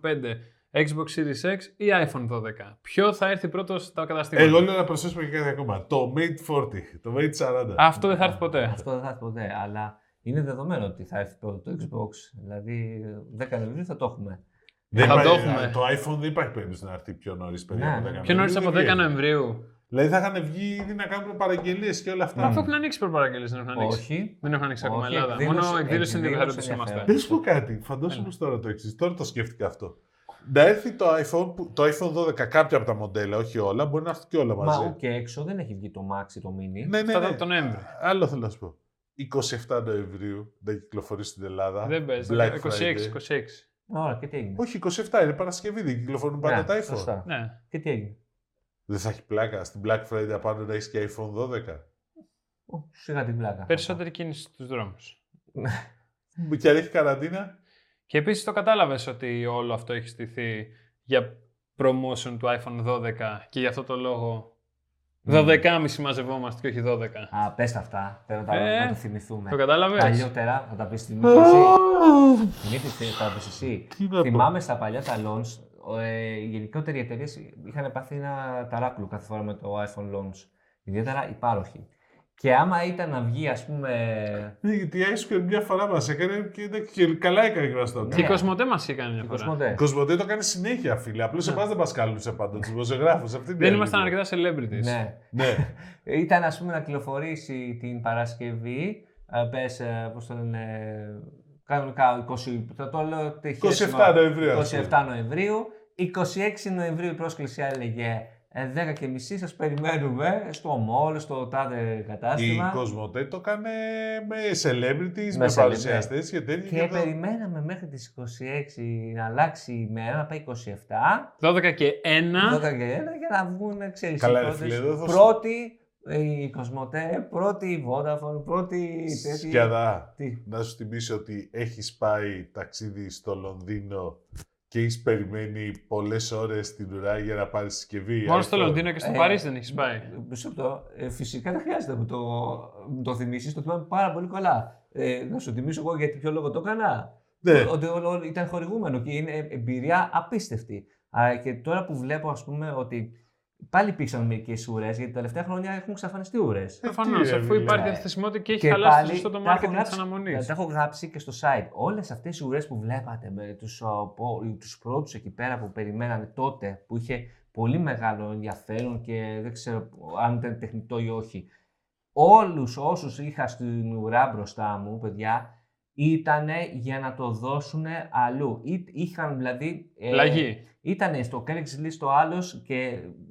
[SPEAKER 3] Xbox Series X ή iPhone 12. Ποιο θα έρθει πρώτος στα καταστήματα.
[SPEAKER 2] Εγώ λέω να προσθέσουμε και κάτι ακόμα. Το Mate 40, το Mate 40.
[SPEAKER 3] Αυτό δεν θα έρθει ποτέ.
[SPEAKER 1] Αυτό δεν θα έρθει ποτέ, αλλά είναι δεδομένο ότι θα έρθει πρώτο το Xbox. Δηλαδή, 10 Νοεμβρίου θα το έχουμε.
[SPEAKER 2] Δεν
[SPEAKER 3] θα
[SPEAKER 2] υπάρχει-
[SPEAKER 3] το έχουμε.
[SPEAKER 2] Το iPhone δεν υπάρχει περίπτωση να έρθει πιο νωρίς.
[SPEAKER 1] Ναι,
[SPEAKER 2] παιδιά. από
[SPEAKER 1] ναι.
[SPEAKER 2] 10
[SPEAKER 1] Πιο
[SPEAKER 3] Πιο νωρίς
[SPEAKER 2] Δεν
[SPEAKER 3] από 10
[SPEAKER 2] βγαίνει.
[SPEAKER 3] Νοεμβρίου.
[SPEAKER 2] Δηλαδή θα είχαν βγει ήδη να κάνουν παραγγελίες και όλα αυτά.
[SPEAKER 1] Μα
[SPEAKER 3] Αφού έχουν ανοίξει προπαραγγελίες, δεν έχουν ανοίξει.
[SPEAKER 1] Όχι.
[SPEAKER 3] Δεν έχουν ανοίξει ακόμα
[SPEAKER 1] Όχι,
[SPEAKER 3] Ελλάδα.
[SPEAKER 1] εκδήλωση-
[SPEAKER 3] Μόνο
[SPEAKER 1] εκδήλωση
[SPEAKER 3] εκδήλωση ενδιαφέροντο είμαστε.
[SPEAKER 1] ενδιαφέρον.
[SPEAKER 2] Δεν σου πω κάτι. Φαντάσου
[SPEAKER 3] Έλα.
[SPEAKER 2] μου τώρα το εξής. Τώρα το σκέφτηκα αυτό. Να έρθει το iPhone, που- το iPhone 12, κάποια από τα μοντέλα, όχι όλα, μπορεί να έρθει και όλα μαζί.
[SPEAKER 1] Μα και έξω δεν έχει βγει το Max ή το Mini.
[SPEAKER 2] Ναι, ναι,
[SPEAKER 3] Αυτά
[SPEAKER 2] ναι.
[SPEAKER 3] τα τον Νοέμβριο.
[SPEAKER 2] Άλλο θέλω να σου πω. 27 Νοεμβρίου να κυκλοφορεί στην
[SPEAKER 1] Ναι.
[SPEAKER 2] Ελλάδα.
[SPEAKER 3] Δεν παίζει.
[SPEAKER 2] Black Friday.
[SPEAKER 3] 26, 26.
[SPEAKER 1] Ωραία, και τι έγινε.
[SPEAKER 2] Όχι, 27 είναι Παρασκευή, δεν κυκλοφορούν πάντα
[SPEAKER 1] Ναι,
[SPEAKER 2] τα iPhone.
[SPEAKER 1] σωστά.
[SPEAKER 3] Ναι.
[SPEAKER 1] Και τι έγινε.
[SPEAKER 2] Δεν θα έχει πλάκα στην Black Friday απάνω να έχεις και iPhone 12.
[SPEAKER 1] Ω, Σιγά την πλάκα.
[SPEAKER 3] Περισσότερη κίνηση στους δρόμους.
[SPEAKER 2] Και αν έχει καραντίνα.
[SPEAKER 3] Και επίσης το κατάλαβες ότι όλο αυτό έχει στηθεί για promotion του iPhone 12 και γι' αυτό το λόγο. 12,5 μαζευόμαστε και όχι 12.
[SPEAKER 1] Mm. Α, ναι. πες τα αυτά. Θέλω να τα-
[SPEAKER 3] Ε,
[SPEAKER 1] να το θυμηθούμε.
[SPEAKER 3] Το κατάλαβες.
[SPEAKER 1] Παλιότερα θα τα πεις στην εσύ. Θυμήθη, θα τα πεις εσύ.
[SPEAKER 2] Τι να πω.
[SPEAKER 1] Θυμάμαι στα παλιά τα launch, ο, ε, οι γενικότεροι εταιρείες είχαν πάθει ένα ταράκλου κάθε φορά με το iPhone launch. Ιδιαίτερα οι πάροχοι. Και άμα ήταν να βγει, ας πούμε.
[SPEAKER 2] Ναι, Γιατί η Ice Cream μια φορά μας έκανε και, ήταν και καλά έκανε και μας το
[SPEAKER 3] Και η
[SPEAKER 1] Ναι.
[SPEAKER 2] έκανε.
[SPEAKER 3] Κοσμοτέ μας έκανε μια
[SPEAKER 1] η
[SPEAKER 3] φορά.
[SPEAKER 1] Κοσμοτέ.
[SPEAKER 2] Κοσμοτέ το κάνει συνέχεια, φίλε. Απλώς
[SPEAKER 3] Ε. Ναι.
[SPEAKER 2] εμάς δεν μας καλούσε πάντα, τους δημοσιογράφους.
[SPEAKER 3] Δεν ήμασταν αρκετά celebrities.
[SPEAKER 1] Ναι.
[SPEAKER 2] Ναι.
[SPEAKER 1] Ήταν ας πούμε να κυκλοφορήσει την Παρασκευή, ε, πες, ε, πώς το λένε, ε, κανονικά 20, το, το λέω τυχαία,
[SPEAKER 2] 27 Νοεμβρίου. ας πούμε.
[SPEAKER 1] 27 Νοεμβρίου. 26 Νοεμβρίου η πρόσκληση έλεγε ε, 10 και μισή, σας περιμένουμε στο mall, στο τάδε
[SPEAKER 2] Η
[SPEAKER 1] κατάστημα.
[SPEAKER 2] Κοσμοτέ το έκανε με celebrities, με,
[SPEAKER 1] celebrity.
[SPEAKER 2] παρουσιαστές και τέτοια.
[SPEAKER 1] Και περιμέναμε μέχρι τις 26 να αλλάξει η μέρα, να πάει 27,
[SPEAKER 3] 12 και 1.
[SPEAKER 1] 12 και 1 για να βγουν, ξέρεις,
[SPEAKER 2] Καλά,
[SPEAKER 1] οι
[SPEAKER 2] ρε
[SPEAKER 1] πρώτες.
[SPEAKER 2] φίλε, εδώ θα σου-
[SPEAKER 1] πρώτη ε, η Κοσμοτέ, πρώτη η Vodafone, πρώτη η τέτοια.
[SPEAKER 2] Σκιαδά,
[SPEAKER 1] Τι.
[SPEAKER 2] να σου θυμίσω ότι έχει πάει ταξίδι στο Λονδίνο και έχεις περιμένει πολλές ώρες στην ουρά για να πάρεις συσκευή.
[SPEAKER 3] Μόνο στο
[SPEAKER 2] iPhone.
[SPEAKER 3] Λονδίνο και στο
[SPEAKER 1] Ε,
[SPEAKER 3] Παρίσι δεν έχεις πάει.
[SPEAKER 1] Μισό λεπτό. Ε, φυσικά δεν χρειάζεται να μου το, μου το θυμίσεις. Το θυμάμαι πάρα πολύ καλά. Ε, να σου θυμίσω εγώ γιατί ποιο λόγο το έκανα.
[SPEAKER 2] Ναι.
[SPEAKER 1] Ότι όλο- όλο ήταν χορηγούμενο και είναι εμπειρία απίστευτη. Α, και τώρα που βλέπω, ας πούμε, ότι πάλι υπήρξαν μερικές ουρές, γιατί τα τελευταία χρόνια έχουν ξαφανιστεί ουρές.
[SPEAKER 2] Ε,
[SPEAKER 3] Προφανώ,
[SPEAKER 2] τι, ρε,
[SPEAKER 3] αφού
[SPEAKER 2] μιλάμε.
[SPEAKER 3] υπάρχει αθεσιμότητα και έχει
[SPEAKER 1] Και
[SPEAKER 3] χαλάσει το
[SPEAKER 1] πάλι
[SPEAKER 3] σωστό το
[SPEAKER 1] τα έχω
[SPEAKER 3] marketing της
[SPEAKER 1] γράψει.
[SPEAKER 3] αναμονής.
[SPEAKER 1] Τα, τα έχω γράψει και στο site. Όλες αυτές οι ουρές που βλέπατε με τους τους πρώτους εκεί πέρα που περιμένανε τότε, που είχε πολύ μεγάλο ενδιαφέρον και δεν ξέρω αν ήταν τεχνητό ή όχι. Όλους όσους είχα στην ουρά μπροστά μου, παιδιά, ήταν για να το δώσουν αλλού. Ή- Είχαν δηλαδή. ε,
[SPEAKER 3] Πλαγή.
[SPEAKER 1] ήταν στο Galaxy List ο άλλος και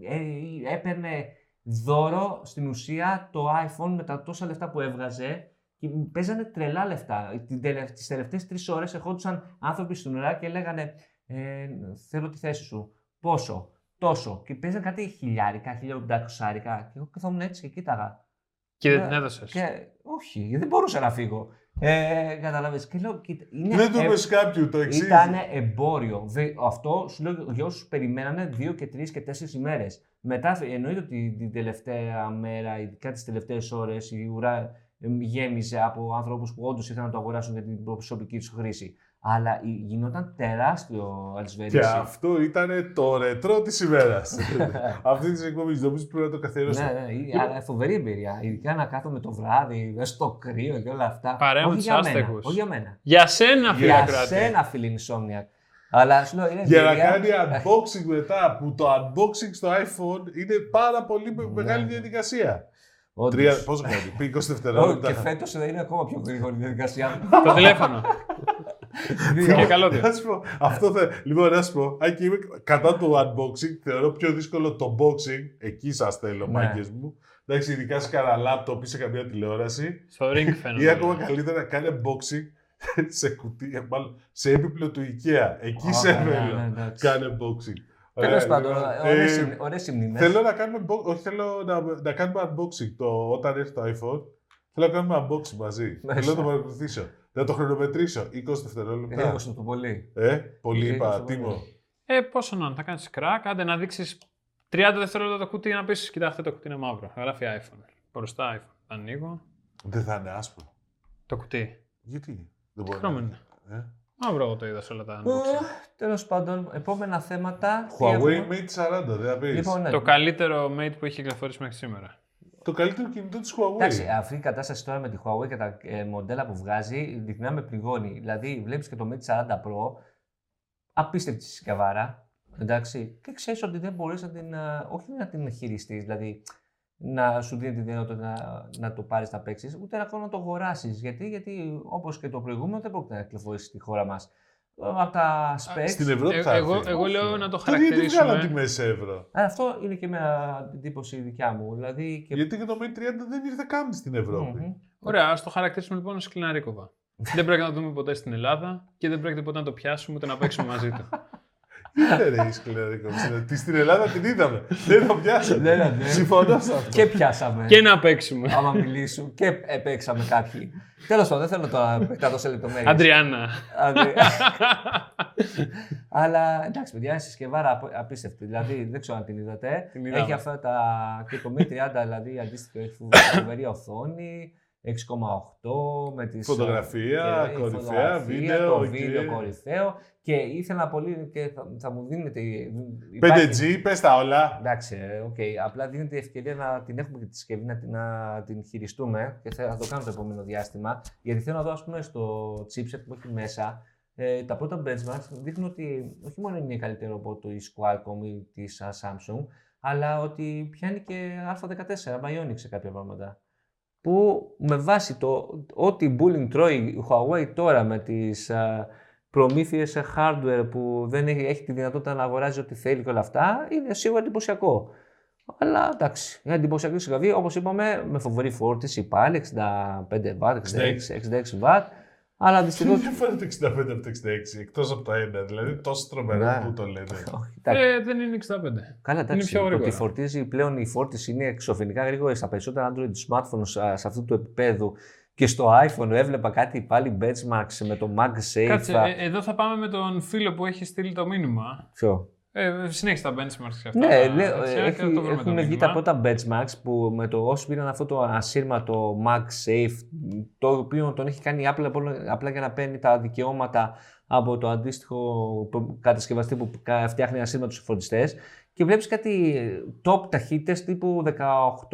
[SPEAKER 1] ε, έπαιρνε δώρο στην ουσία το iPhone με τα τόσα λεφτά που έβγαζε και παίζανε τρελά λεφτά. Τις τελευταίες τρεις ώρες ερχόντουσαν άνθρωποι στην ουρά και λέγανε ε, Θέλω τη θέση σου. Πόσο, τόσο. Και παίζανε κάτι χιλιάρικα, χιλιοεντακοσάρικα. Και εγώ καθόμουν έτσι και κοίταγα.
[SPEAKER 3] Και δεν
[SPEAKER 1] Ναι.
[SPEAKER 3] την έδωσες.
[SPEAKER 1] Και όχι, δεν μπορούσα να φύγω. Ε, Κατάλαβε. Και λέω, κοίτα, είναι
[SPEAKER 2] Δεν του
[SPEAKER 1] ε,
[SPEAKER 2] πες κάποιου το εξής.
[SPEAKER 1] ήταν εμπόριο. Δε- αυτό σου λέω για όσου περιμένανε δύο και τρεις και τέσσερις ημέρες. Μετά εννοείται ότι την τελευταία μέρα, ειδικά τι τελευταίες ώρες, η ουρά εμ, γέμιζε από άνθρωπου που όντως ήθελαν να το αγοράσουν για την προσωπική τους χρήση. Αλλά η- γινόταν τεράστιο Ναι,
[SPEAKER 2] Και
[SPEAKER 1] αλσβέριση.
[SPEAKER 2] αυτό ήταν το ρετρό της ημέρας. Αυτή της εκπομπής. Νομίζω πρέπει να το καθιερώσουμε.
[SPEAKER 1] Ναι, ναι, ή- αλλά φοβερή εμπειρία. Ειδικά να κάθομαι το βράδυ, μέσα στο κρύο και όλα αυτά.
[SPEAKER 3] Παρέα με
[SPEAKER 1] Όχι
[SPEAKER 3] τους
[SPEAKER 1] για μένα,
[SPEAKER 3] άστεγους.
[SPEAKER 1] Όχι για μένα.
[SPEAKER 3] Για σένα, φίλε
[SPEAKER 1] Για
[SPEAKER 3] Ακροατή.
[SPEAKER 1] σένα, φίλη Insomniac. Αλλά σου λέω, είναι
[SPEAKER 2] Για να
[SPEAKER 1] εμπειρία.
[SPEAKER 2] κάνει unboxing μετά, που το unboxing στο iPhone είναι πάρα πολύ με-
[SPEAKER 1] Ναι.
[SPEAKER 2] μεγάλη διαδικασία.
[SPEAKER 1] Όντως.
[SPEAKER 2] Τρία, πόσο κάνει, πήγε 20
[SPEAKER 1] Ω, Και
[SPEAKER 2] δευτερόλεπτα.
[SPEAKER 1] φέτο είναι ακόμα πιο γρήγορη η διαδικασία.
[SPEAKER 3] Το τηλέφωνο. και καλώδιο.
[SPEAKER 2] Λοιπόν, Να σου πω, αυτό θα... Λοιπόν, να σου πω, Άκη, είμαι κατά του unboxing, θεωρώ πιο δύσκολο το boxing, εκεί σας θέλω,
[SPEAKER 1] Ναι.
[SPEAKER 2] μάγκες μου. Εντάξει, ειδικά σε κανένα laptop ή σε καμία τηλεόραση.
[SPEAKER 3] Στο ring
[SPEAKER 1] Ναι,
[SPEAKER 2] Ή ακόμα
[SPEAKER 3] φαίνεται.
[SPEAKER 2] καλύτερα, κάνε boxing σε κουτί, μάλλον σε έπιπλο του IKEA. Εκεί σε
[SPEAKER 1] Ω, ναι, ναι,
[SPEAKER 2] θέλω.
[SPEAKER 1] εντάξει.
[SPEAKER 2] Κάνε boxing.
[SPEAKER 1] Τέλος
[SPEAKER 2] Ωραία,
[SPEAKER 1] πάντων,
[SPEAKER 2] λοιπόν, ε,
[SPEAKER 1] ωραίε μνήμε.
[SPEAKER 2] Θέλω να κάνουμε, bo- όχι, θέλω να, να κάνουμε unboxing το, όταν έρθει το iPhone. Θέλω να κάνουμε unboxing μαζί.
[SPEAKER 1] Μέσα.
[SPEAKER 2] Θέλω να το παρακολουθήσω. Να το χρονομετρήσω. 20 δευτερόλεπτα.
[SPEAKER 1] το πολύ.
[SPEAKER 2] ε, πολύ
[SPEAKER 1] Λίγο
[SPEAKER 2] είπα,
[SPEAKER 1] στο
[SPEAKER 2] Τίμω.
[SPEAKER 1] πολύ.
[SPEAKER 3] Ε, πόσο να, θα κάνεις crack, άντε να δείξεις 30 δευτερόλεπτα το κουτί για να πεις: Κοιτάξτε, το κουτί είναι μαύρο. Γράφει iPhone. Μπροστά iPhone. Το ανοίγω.
[SPEAKER 2] Δεν θα είναι άσπρο.
[SPEAKER 3] Το κουτί.
[SPEAKER 2] Γιατί δεν
[SPEAKER 3] Τι
[SPEAKER 2] μπορεί
[SPEAKER 3] χρώμα
[SPEAKER 2] να
[SPEAKER 3] είναι.
[SPEAKER 2] είναι. Ε.
[SPEAKER 3] Μαύρο εγώ το είδα σε όλα τα unboxing.
[SPEAKER 1] Τέλος πάντων, επόμενα θέματα. τι
[SPEAKER 2] Huawei
[SPEAKER 1] έχουμε?
[SPEAKER 2] Mate 40, δεν θα πεις.
[SPEAKER 1] Λοιπόν, ναι.
[SPEAKER 3] Το καλύτερο mate που έχει κυκλοφορήσει μέχρι σήμερα.
[SPEAKER 2] Το καλύτερο κινητό της Huawei.
[SPEAKER 1] Εντάξει, αυτή η κατάσταση τώρα με τη Huawei και τα ε, μοντέλα που βγάζει, ειλικρινά με πληγώνει. Δηλαδή, βλέπεις και το Mate 40 Pro, απίστευτη συσκευάρα. Εντάξει, και ξέρεις ότι δεν μπορείς να την. ε, όχι να την χειριστείς, δηλαδή να σου δίνει τη δυνατότητα να, να το πάρεις να παίξεις, ούτε ακόμα να το αγοράσεις. Γιατί, γιατί όπως και το προηγούμενο, δεν πρόκειται να κυκλοφορήσει στη χώρα μας. Από τα specs.
[SPEAKER 2] Στην Ευρώπη
[SPEAKER 3] Ε,
[SPEAKER 2] θα
[SPEAKER 3] εγώ,
[SPEAKER 2] έρθει.
[SPEAKER 3] εγώ
[SPEAKER 1] Όχι.
[SPEAKER 3] λέω να το
[SPEAKER 2] Τότε Γιατί βγάλαν τη
[SPEAKER 3] χαρακτηρίσουμε.
[SPEAKER 2] μέση ευρώ.
[SPEAKER 1] Αλλά ε, αυτό είναι και μια εντύπωση δικιά μου. Δηλαδή και...
[SPEAKER 2] Γιατί και το Mate 30 δεν ήρθε καν στην Ευρώπη.
[SPEAKER 1] Μμμ.
[SPEAKER 3] Ωραία, ας το χαρακτηρίσουμε λοιπόν ω κλιναρίκοβα. δεν πρόκειται να το δούμε ποτέ στην Ελλάδα και δεν πρόκειται ποτέ να το πιάσουμε ούτε να παίξουμε μαζί του.
[SPEAKER 2] Ήρθε ρε η σκληρή κομψή. Τη στην Ελλάδα την είδαμε. Δεν το πιάσαμε.
[SPEAKER 1] Δεν αντέχω.
[SPEAKER 2] Συμφωνώ σε αυτό.
[SPEAKER 1] Και πιάσαμε.
[SPEAKER 3] και να παίξουμε.
[SPEAKER 1] άμα μιλήσουν και επέξαμε κάποιοι. Τέλος πάντων, δεν θέλω τώρα να επεκταθώ σε λεπτομέρειες.
[SPEAKER 3] Αντριάννα.
[SPEAKER 1] Αλλά εντάξει, παιδιά, είναι συσκευάρα απο- απίστευτη. Δηλαδή, δεν ξέρω αν την είδατε.
[SPEAKER 3] Την είδαμε.
[SPEAKER 1] Έχει αυτά τα. και το Mi 30, δηλαδή αντίστοιχο, έχει φοβε- φοβερή οθόνη. 6,8 με τις...
[SPEAKER 2] Φωτογραφία,
[SPEAKER 1] και- η
[SPEAKER 2] κορυφαία,
[SPEAKER 1] φωτογραφία,
[SPEAKER 2] βίντεο,
[SPEAKER 1] Το
[SPEAKER 2] οκ.
[SPEAKER 1] βίντεο κορυφαίο. Και ήθελα πολύ και θα, θα μου δίνετε... υπάρχει-
[SPEAKER 2] 5G, πες τα όλα.
[SPEAKER 1] Εντάξει, ε, οκ. Απλά δίνεται η ευκαιρία να την έχουμε και τη συσκευή, να την, να την χειριστούμε και θα, θα το κάνω το επόμενο διάστημα. Γιατί θέλω να δω, ας πούμε, στο chipset που έχει μέσα, ε, τα πρώτα benchmarks δείχνουν ότι όχι μόνο είναι καλύτερο από το της Qualcomm ή της α, Samsung, αλλά ότι πιάνει και α14, Bionic σε κάποια πράγματα. Που με βάση το ότι bullying τρώει η Huawei τώρα με τις α, προμήθειες σε hardware που δεν έχει, έχει τη δυνατότητα να αγοράζει ό,τι θέλει και όλα αυτά, είναι σίγουρα εντυπωσιακό. Αλλά εντάξει, είναι εντυπωσιακή συσκευή, όπως είπαμε, με φοβερή φόρτιση πάλι, 65 W, 66, 66 W. Αλλά
[SPEAKER 2] Δεν
[SPEAKER 1] δυστυχώς...
[SPEAKER 2] διαφέρει το 65 από το 66, εκτός από τα ένα. Δηλαδή τόσο τρομερά
[SPEAKER 1] Ναι.
[SPEAKER 2] που το λένε.
[SPEAKER 1] Όχι, εντάξει.
[SPEAKER 3] ε, δεν είναι 65.
[SPEAKER 1] Καλά, εντάξει.
[SPEAKER 3] πιο
[SPEAKER 1] το
[SPEAKER 3] γρήγορα.
[SPEAKER 1] Ότι φορτίζει πλέον η φόρτιση είναι εξωφρενικά γρήγορη στα περισσότερα Android smartphones α, σε αυτού του επίπεδου. Και στο iPhone έβλεπα κάτι πάλι benchmarks με το MagSafe.
[SPEAKER 3] Κάτσε,
[SPEAKER 1] α,
[SPEAKER 3] ε, εδώ θα πάμε με τον φίλο που έχει στείλει το μήνυμα.
[SPEAKER 1] Ποιο.
[SPEAKER 3] Ε, συνέχισε τα benchmarks και αυτά.
[SPEAKER 1] Ναι,
[SPEAKER 3] τα
[SPEAKER 1] λέω,
[SPEAKER 3] δεξιά
[SPEAKER 1] ε, έχει,
[SPEAKER 3] και θα το βρούμε το
[SPEAKER 1] έχουν βγει
[SPEAKER 3] μήνυμα.
[SPEAKER 1] τα πρώτα benchmarks που με το όσοι πήραν αυτό το ασύρματο MagSafe, το οποίο τον έχει κάνει η Apple απλά- απλά για να παίρνει τα δικαιώματα από το αντίστοιχο προ- κατασκευαστή που κα- φτιάχνει ένα σήμα του φορτιστέ και βλέπεις κάτι top ταχύτητες τύπου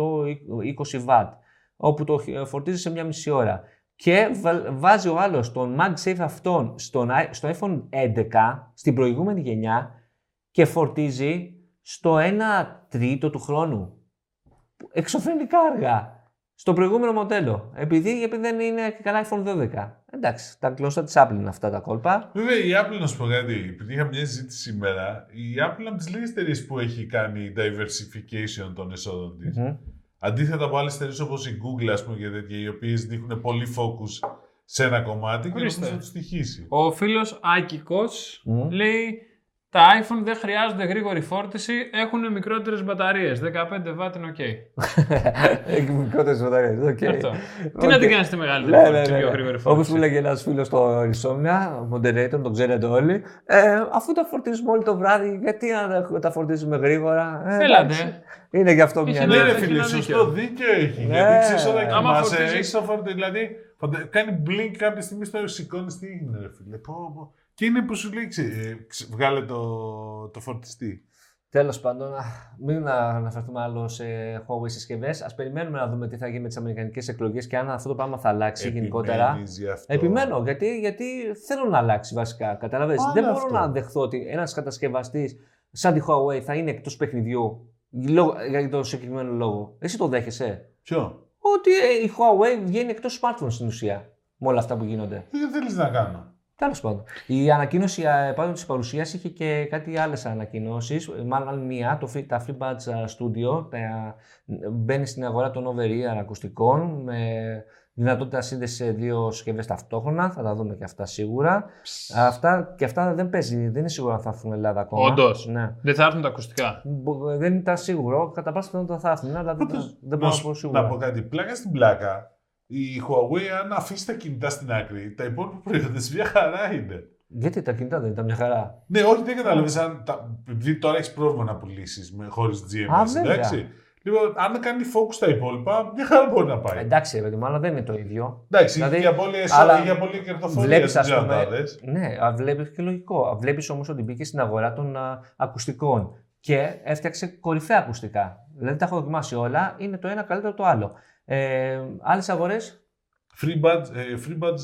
[SPEAKER 1] 18-20 W, όπου το χ- φορτίζει σε μια μισή ώρα. Και βα- βάζει ο άλλος τον MagSafe αυτόν στον, i- στο iPhone 11, στην προηγούμενη γενιά, και φορτίζει στο 1 τρίτο του χρόνου. Εξωφρενικά αργά. Στο προηγούμενο μοντέλο. Επειδή, επειδή δεν είναι και καλά iPhone 12. Εντάξει, τα κλωστά της Apple είναι αυτά τα κόλπα.
[SPEAKER 2] Βέβαια η Apple, να σου πω κάτι, επειδή είχα μια συζήτηση σήμερα, η Apple είναι από τις λίγες εταιρείε που έχει κάνει diversification των εσόδων της. Αντίθετα από άλλες εταιρείες όπως η Google, ας πούμε, και τέτοια, οι οποίες δείχνουν πολύ focus σε ένα κομμάτι και
[SPEAKER 3] Ορίστε.
[SPEAKER 2] νομίζω θα τους τυχήσει.
[SPEAKER 3] Ο φίλος Άκικος
[SPEAKER 1] Μμμ.
[SPEAKER 3] λέει τα iPhone δεν χρειάζονται γρήγορη φόρτιση, έχουν μικρότερες μπαταρίες. 15 W είναι οκ.
[SPEAKER 1] Έχει μικρότερες μπαταρίες.
[SPEAKER 3] Αυτό. Τι να την κάνεις τη μεγαλύτερη
[SPEAKER 1] Ναι,
[SPEAKER 3] φόρτιση,
[SPEAKER 1] ναι, ναι.
[SPEAKER 3] πιο γρήγορη
[SPEAKER 1] Όπως
[SPEAKER 3] φόρτιση.
[SPEAKER 1] μου λέγε ένας φίλος στο Insomnia, moderator, τον ξέρετε όλοι. Ε, αφού τα φορτίζουμε όλοι το βράδυ, γιατί να τα- τα φορτίζουμε γρήγορα. Ε, εντάξει.
[SPEAKER 3] Έλατε.
[SPEAKER 1] Είναι γι' αυτό μια
[SPEAKER 3] Είχε
[SPEAKER 2] Ναι,
[SPEAKER 1] λέξη.
[SPEAKER 2] ρε
[SPEAKER 3] έχει
[SPEAKER 2] φίλε,
[SPEAKER 3] ένα
[SPEAKER 2] σωστό
[SPEAKER 3] δίκιο.
[SPEAKER 2] δίκιο έχει.
[SPEAKER 1] Ναι.
[SPEAKER 2] Γιατί ξέρεις όταν
[SPEAKER 1] Άμα
[SPEAKER 2] κοιμάσαι,
[SPEAKER 3] φορτίζεις-
[SPEAKER 2] έχεις το φορτί. Δηλαδή, φαντα- κάνει blink κάποια στιγμή στο σηκώνεις τι είναι, ρε φίλε. Πω, πω. Και είναι που σου λέει, ξε- ε, ξε- βγάλε το, το φορτιστή.
[SPEAKER 1] Τέλος πάντων, α, μην να αναφερθούμε άλλο σε Huawei συσκευές. Ας περιμένουμε να δούμε τι θα γίνει με τις αμερικανικές εκλογές και αν αυτό το πράγμα θα αλλάξει γενικότερα.
[SPEAKER 2] Επιμένεις γι' αυτό.
[SPEAKER 1] Επιμένω, γιατί, γιατί θέλω να αλλάξει βασικά. Καταλαβαίνεις.
[SPEAKER 2] Άλλο
[SPEAKER 1] Δεν μπορώ
[SPEAKER 2] αυτό.
[SPEAKER 1] να δεχθώ ότι ένας κατασκευαστής σαν τη Huawei θα είναι εκτός παιχνιδιού λόγω- για τον συγκεκριμένο λόγο. Εσύ το δέχεσαι.
[SPEAKER 2] Ποιο?
[SPEAKER 1] Ότι ε, η Huawei βγαίνει εκτός smartphone στην ουσία με όλα αυτά που γίνονται.
[SPEAKER 2] Τι θέλεις να κάνω.
[SPEAKER 1] Τέλος πάντων. Η ανακοίνωση ε, πάνω της παρουσίας είχε και κάτι άλλες ανακοινώσεις. Μάλλον μία, το, Free- τα Free Buds ε, Studio. Τα, ε, μπαίνει στην αγορά των over-ear ακουστικών με δυνατότητα σύνδεσης σε δύο συσκευές ταυτόχρονα. Θα τα δούμε και αυτά σίγουρα. Αυτά, και αυτά δεν παίζει, δεν είναι σίγουρο αν θα έρθουν Ελλάδα ακόμα.
[SPEAKER 3] Όντως.
[SPEAKER 1] Ναι.
[SPEAKER 3] Δεν θα έρθουν τα ακουστικά.
[SPEAKER 1] Μπο- Δεν ήταν σίγουρο. Κατά πάσα πιθανότητα θα έρθουν, αλλά δεν,
[SPEAKER 2] Πάντως,
[SPEAKER 1] δεν μπορώ να ναι.
[SPEAKER 2] σου-
[SPEAKER 1] πω σίγουρα.
[SPEAKER 2] να πω κάτι. Πλάκα στην πλάκα. Η Huawei, αν αφήσει τα κινητά στην άκρη, τα υπόλοιπα προϊόντα της μια χαρά είναι.
[SPEAKER 1] Γιατί τα κινητά δεν ήταν μια χαρά.
[SPEAKER 2] Ναι, όχι, δεν κατάλαβες. Αν τα... Επειδή τώρα έχεις πρόβλημα να πουλήσεις χωρίς GMS.
[SPEAKER 1] Α, βέβαια.
[SPEAKER 2] εντάξει. Λοιπόν, αν κάνει focus τα υπόλοιπα, μια χαρά μπορεί να πάει.
[SPEAKER 1] Εντάξει, ρε παιδί μου, αλλά δεν είναι το ίδιο.
[SPEAKER 2] Εντάξει,
[SPEAKER 1] Δηλαδή,
[SPEAKER 2] για πολύ
[SPEAKER 1] αλλά
[SPEAKER 2] εσόδο, για πολύ κερδοφορία
[SPEAKER 1] βλέπεις,
[SPEAKER 2] στι
[SPEAKER 1] ας πούμε,
[SPEAKER 2] τζαντάδε.
[SPEAKER 1] Ναι, βλέπεις και λογικό. Βλέπεις όμως ότι μπήκε στην αγορά των α, ακουστικών και έφτιαξε κορυφαία ακουστικά. Δηλαδή τα έχω δοκιμάσει όλα, είναι το ένα καλύτερο από το άλλο. Ε, Άλλες αγορές,
[SPEAKER 2] Free Buds, ε, free buds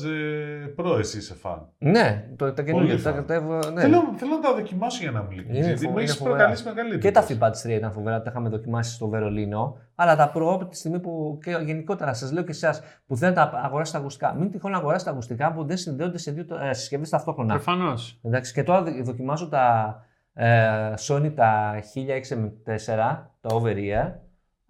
[SPEAKER 2] ε, Pro, εσύ είσαι φαν.
[SPEAKER 1] ναι, το, τα καινούργια.
[SPEAKER 2] Πολύ
[SPEAKER 1] Τα,
[SPEAKER 2] φαν.
[SPEAKER 1] κατέβα- ναι.
[SPEAKER 2] Θέλω, θέλω να τα δοκιμάσω για να μιλήσω.
[SPEAKER 1] Είναι
[SPEAKER 2] Γιατί
[SPEAKER 1] φο-
[SPEAKER 2] με
[SPEAKER 1] είναι
[SPEAKER 2] έχεις
[SPEAKER 1] φοβερά.
[SPEAKER 2] προκαλέσει μεγαλύτερη.
[SPEAKER 1] Και τα FIBATS 3 ήταν φοβερά, τα είχαμε δοκιμάσει στο Βερολίνο. Αλλά τα Pro, από τη στιγμή που και γενικότερα σας λέω και εσάς που θέλετε να αγοράσετε τα ακουστικά, μην τυχόν αγοράσετε τα ακουστικά που δεν συνδέονται σε δύο ε, συσκευέ ταυτόχρονα.
[SPEAKER 3] Προφανώς.
[SPEAKER 1] Εντάξει, και τώρα δο- δοκιμάζω τα ε, Sony τα 1064, τα over ear.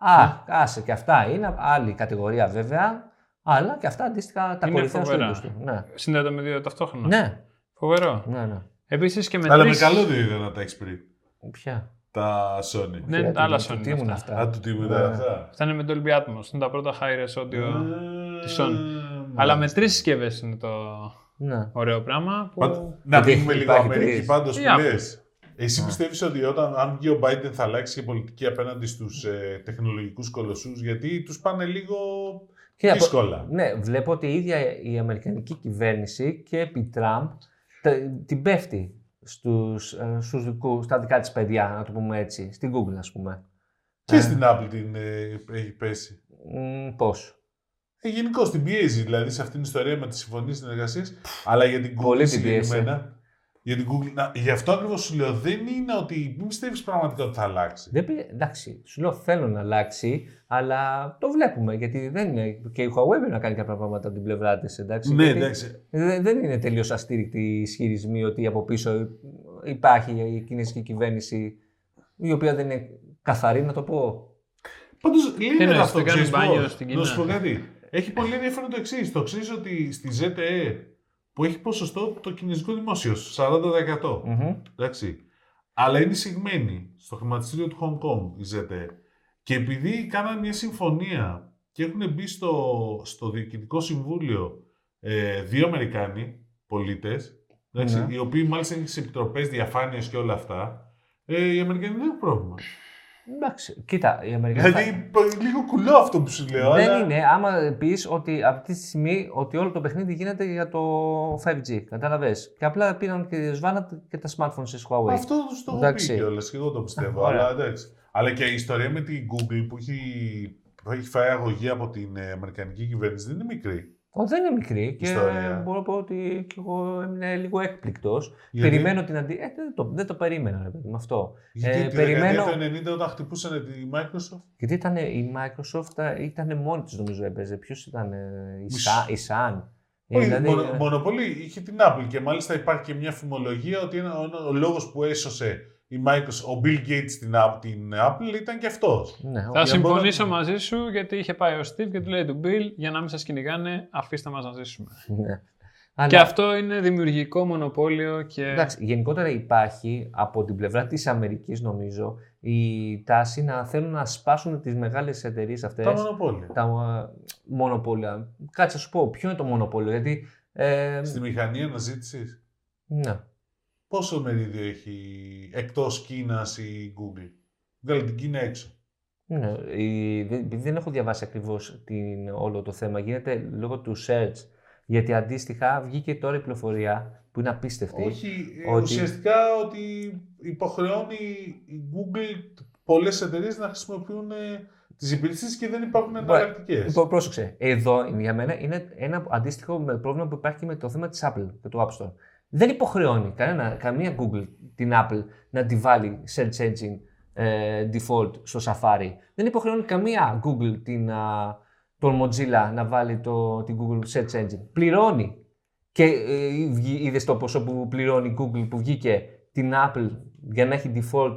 [SPEAKER 1] Α, άσε και αυτά είναι άλλη κατηγορία βέβαια, αλλά και αυτά αντίστοιχα τα
[SPEAKER 3] Είναι
[SPEAKER 1] κορυφαία στο
[SPEAKER 3] φοβερά.
[SPEAKER 1] είδος του. Ναι.
[SPEAKER 3] Συνδέεται με δύο ταυτόχρονα.
[SPEAKER 1] ναι,
[SPEAKER 3] Φοβερό.
[SPEAKER 1] ναι, ναι.
[SPEAKER 3] Επίσης και με
[SPEAKER 2] Αλλά με καλό δεν είδα να τα έχεις πριν.
[SPEAKER 1] Ποια.
[SPEAKER 2] Τα Sony.
[SPEAKER 3] Ναι,
[SPEAKER 1] Ποια,
[SPEAKER 3] άλλα
[SPEAKER 1] τι-
[SPEAKER 3] Sony
[SPEAKER 1] Τι
[SPEAKER 3] είναι
[SPEAKER 1] ήμουν
[SPEAKER 3] αυτά.
[SPEAKER 1] αυτά.
[SPEAKER 2] Α, του τι μου
[SPEAKER 1] Ναι.
[SPEAKER 2] ήταν αυτά.
[SPEAKER 3] Αυτά είναι με Dolby Atmos. Είναι τα πρώτα high res audio.
[SPEAKER 2] Ε,
[SPEAKER 3] της Sony.
[SPEAKER 2] μάλιστα.
[SPEAKER 3] Αλλά με τρεις συσκευές είναι το
[SPEAKER 1] Ναι.
[SPEAKER 3] ωραίο πράγμα. Που...
[SPEAKER 2] Πάντ- Να
[SPEAKER 1] Ότι
[SPEAKER 2] δείχνουμε λίγο
[SPEAKER 1] υπάρχει
[SPEAKER 2] Αμερική
[SPEAKER 1] τρεις.
[SPEAKER 2] πάντως που
[SPEAKER 3] Yeah.
[SPEAKER 2] λες. Εσύ
[SPEAKER 1] Ναι.
[SPEAKER 2] πιστεύεις ότι όταν αν βγει ο Biden θα αλλάξει η πολιτική απέναντι στους ε, τεχνολογικούς κολοσσούς, γιατί τους πάνε λίγο
[SPEAKER 1] Κοίτα, προ-
[SPEAKER 2] δύσκολα.
[SPEAKER 1] Ναι, βλέπω ότι η ίδια η Αμερικανική κυβέρνηση και επί Τραμπ τα- την πέφτει στους, ε, στους δικούς, στα δικά της παιδιά, να το πούμε έτσι, στην Google ας πούμε. Ναι.
[SPEAKER 2] Και στην Apple την ε, έχει πέσει.
[SPEAKER 1] Μ, πώς.
[SPEAKER 2] Ε, Γενικώς την πιέζει δηλαδή σε αυτήν την ιστορία με τη συμφωνία συνεργασίας, αλλά για την Google
[SPEAKER 1] Πολύ την
[SPEAKER 2] συγκεκριμένα. Για την Google, να, γι' αυτό ακριβώς σου λέω, δεν είναι ότι μην πιστεύεις πραγματικά ότι θα αλλάξει.
[SPEAKER 1] Δεν πει, εντάξει, σου λέω θέλω να αλλάξει, αλλά το βλέπουμε γιατί δεν είναι. Και η Huawei πρέπει να κάνει κάποια πράγματα από την πλευρά της. Εντάξει,
[SPEAKER 2] Ναι,
[SPEAKER 1] γιατί
[SPEAKER 2] εντάξει.
[SPEAKER 1] δε- δεν είναι τελείως αστήρικτη η ισχυρισμοί ότι από πίσω υπάρχει η κινέζικη κυβέρνηση, η οποία δεν είναι καθαρή, να το πω.
[SPEAKER 2] Πάντως λίγο
[SPEAKER 3] εννοείς,
[SPEAKER 2] αυτό
[SPEAKER 3] δεν κάνει
[SPEAKER 2] ξέρεις πώς.
[SPEAKER 3] μπάνιο στην Κίνα.
[SPEAKER 2] Να σου πω κάτι. Έχει πολύ ενδιαφέρον το εξής. Το ξέρεις ότι στη ZTE που έχει ποσοστό το κινέζικο δημόσιο, 40%.
[SPEAKER 1] Μμμ.
[SPEAKER 2] Εντάξει. Αλλά είναι εισηγμένη στο χρηματιστήριο του Hong Kong η ZTE. Και επειδή κάναν μια συμφωνία και έχουν μπει στο, στο διοικητικό συμβούλιο ε, δύο Αμερικάνοι πολίτες, εντάξει,
[SPEAKER 1] Ναι.
[SPEAKER 2] οι οποίοι μάλιστα είναι σε επιτροπές διαφάνειας και όλα αυτά, ε, οι Αμερικανοί δεν έχουν πρόβλημα.
[SPEAKER 1] Εντάξει, κοίτα, οι Αμερικανοί. θα-
[SPEAKER 2] Δηλαδή, π- λίγο κουλό αυτό που σου λέω.
[SPEAKER 1] Δεν
[SPEAKER 2] αλλά-
[SPEAKER 1] είναι, άμα πεις ότι αυτή τη στιγμή ότι όλο το παιχνίδι γίνεται για το 5G. Κατάλαβες. Και απλά πήραν και σβάναν και τα smartphones της Huawei.
[SPEAKER 2] Αυτό τους το έχω πει
[SPEAKER 1] Εντάξει.
[SPEAKER 2] κιόλας και εγώ το πιστεύω.
[SPEAKER 1] Ωραία.
[SPEAKER 2] αλλά, εντάξει. αλλά και η ιστορία με την Google που έχει, που έχει φάει αγωγή από την ε, Αμερικανική κυβέρνηση δεν είναι μικρή.
[SPEAKER 1] Ω, δεν είναι μικρή και
[SPEAKER 2] Ιστορία.
[SPEAKER 1] μπορώ να πω ότι και εγώ έμεινα λίγο έκπληκτος.
[SPEAKER 2] Γιατί-
[SPEAKER 1] Περιμένω την αντι. Ε, δεν, το, δεν το περίμενα, ρε παιδί μου, αυτό.
[SPEAKER 2] Γιατί
[SPEAKER 1] Ε,
[SPEAKER 2] τη
[SPEAKER 1] περιμένω-
[SPEAKER 2] δεκαετία του 90 όταν χτυπούσαν τη Microsoft.
[SPEAKER 1] Γιατί ήταν η Microsoft, ήταν μόνη της νομίζω έπαιζε. Ποιος ήταν, ε, η,
[SPEAKER 2] Μισ-
[SPEAKER 1] Sa- η Sun. Ε,
[SPEAKER 2] Όχι,
[SPEAKER 1] δηλαδή,
[SPEAKER 2] μονο- μονοπολί είχε την Apple και μάλιστα υπάρχει και μια φημολογία ότι ένα, ο, ο λόγος που έσωσε η Microsoft, ο Bill Gates την, App- την Apple ήταν και αυτός.
[SPEAKER 1] ναι,
[SPEAKER 3] Θα
[SPEAKER 1] ο-
[SPEAKER 2] Για μπορώ-
[SPEAKER 3] συμφωνήσω μαζί σου γιατί είχε πάει ο Steve και του λέει του Bill για να μην σας κυνηγάνε, αφήστε μας να ζήσουμε.
[SPEAKER 1] ναι. Αλλά-
[SPEAKER 3] Και αυτό είναι δημιουργικό μονοπόλιο και.
[SPEAKER 1] Εντάξει, γενικότερα υπάρχει από την πλευρά της Αμερικής νομίζω η τάση να θέλουν να σπάσουν τις μεγάλες εταιρείες αυτές,
[SPEAKER 2] Τα
[SPEAKER 1] τα,
[SPEAKER 2] μονοπόλια.
[SPEAKER 1] ε, μονοπόλια. Κάτσε να σου πω, ποιο είναι το μονοπόλιο, γιατί... Ε,
[SPEAKER 2] Στη μηχανή αναζήτησης.
[SPEAKER 1] ναι.
[SPEAKER 2] Πόσο μερίδιο έχει εκτός Κίνας η Google. Βγάλει την Κίνα έξω.
[SPEAKER 1] Ναι, η- δε- επειδή δεν έχω διαβάσει ακριβώς όλο το θέμα, γίνεται λόγω του search. Γιατί αντίστοιχα βγήκε τώρα η πληροφορία που είναι απίστευτη.
[SPEAKER 2] Όχι, ε,
[SPEAKER 1] ότι-
[SPEAKER 2] ουσιαστικά ότι υποχρεώνει η Google πολλές εταιρείες να χρησιμοποιούν ε, τις υπηρεσίες και δεν υπάρχουν εναλλακτικές.
[SPEAKER 1] Λοιπόν, πρόσεξε. Εδώ για μένα είναι ένα αντίστοιχο με- πρόβλημα που υπάρχει και με το θέμα της Apple και του App Store. Δεν υποχρεώνει κανένα, καμία Google την Apple να τη βάλει search engine ε, default στο Safari. Δεν υποχρεώνει καμία Google την, α, τον Mozilla να βάλει το, την Google search engine. Πληρώνει. Και ε, είδες το ποσό που πληρώνει η Google που βγήκε την Apple για να έχει default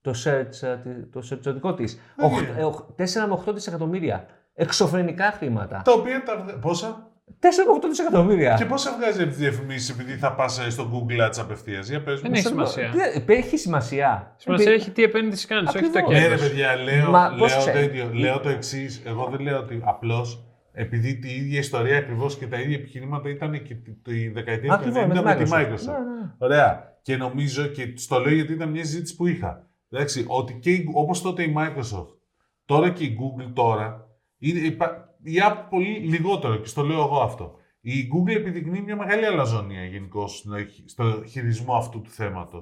[SPEAKER 1] το search, ε, το search οδικό της.
[SPEAKER 2] Ναι.
[SPEAKER 1] Οχ- ε, οχ- 4 με 8 δισεκατομμύρια. Εξωφρενικά χρήματα.
[SPEAKER 2] Τα οποία τα βγα- Πόσα?
[SPEAKER 1] 4 με 8 δισεκατομμύρια.
[SPEAKER 2] Και πόσα βγάζει από τις διαφημίσεις επειδή θα πας στο Google Ads απευθείας. Για πες
[SPEAKER 3] Δεν
[SPEAKER 2] μου.
[SPEAKER 3] έχει σημασία.
[SPEAKER 1] Δεν- Ναι, Έχει σημασία.
[SPEAKER 3] Σημασία
[SPEAKER 1] Ε,
[SPEAKER 3] έχει τι επένδυση κάνει, όχι το
[SPEAKER 1] Ακριβώς.
[SPEAKER 2] Ναι, ρε
[SPEAKER 3] κέρδο.
[SPEAKER 2] παιδιά, λέω,
[SPEAKER 1] Μα πώς
[SPEAKER 2] λέω, το,
[SPEAKER 1] ξέρεις.
[SPEAKER 2] ίδιο, λέω το εξής. Εγώ δεν λέω ότι απλώς επειδή τη ίδια ιστορία ακριβώς και τα ίδια επιχειρήματα ήταν και τη- τη δεκαετία του
[SPEAKER 1] Ακριβώς,
[SPEAKER 2] 90 με τη
[SPEAKER 1] Ναι,
[SPEAKER 2] Microsoft.
[SPEAKER 1] ναι.
[SPEAKER 2] Ωραία. Και νομίζω και στο λέω γιατί ήταν μια συζήτηση που είχα. Εντάξει, ότι και όπως τότε η Microsoft, τώρα και η Google τώρα, είναι, υπα- η Apple πολύ λιγότερο και στο λέω εγώ αυτό. Η Google επιδεικνύει μια μεγάλη αλαζονία γενικώ στο χει- στο χειρισμό αυτού του θέματος.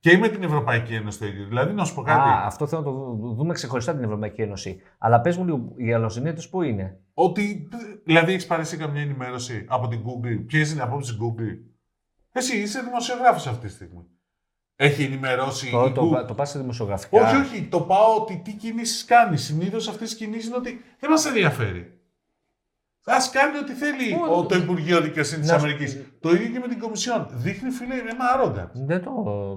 [SPEAKER 2] Και με την Ευρωπαϊκή Ένωση το ίδιο. Δηλαδή, να σου πω κάτι.
[SPEAKER 1] Α, αυτό θέλω να το δου- δούμε ξεχωριστά την Ευρωπαϊκή Ένωση. Αλλά πες μου λίγο, η αλαζονία του πού είναι.
[SPEAKER 2] Ότι, δηλαδή, έχεις παρέσει καμιά ενημέρωση από την Google. Ποιες είναι οι απόψεις της Google. Εσύ είσαι δημοσιογράφος αυτή τη στιγμή. Έχει ενημερώσει
[SPEAKER 1] Το,
[SPEAKER 2] η
[SPEAKER 1] το,
[SPEAKER 2] Google.
[SPEAKER 1] το, πας σε δημοσιογραφικά.
[SPEAKER 2] Όχι, όχι. Το πάω ότι τι κινήσεις κάνει. Συνήθως αυτές τις κινήσεις είναι ότι δεν μας ενδιαφέρει. Ας κάνει ό,τι θέλει
[SPEAKER 1] Μόνο
[SPEAKER 2] ο,
[SPEAKER 1] το-
[SPEAKER 2] το Υπουργείο Δικαιοσύνης της
[SPEAKER 1] Να σου-
[SPEAKER 2] Αμερικής. Το ίδιο και με την Κομισιόν. Δείχνει, φίλε, ένα άρρογκα.
[SPEAKER 1] Δεν το,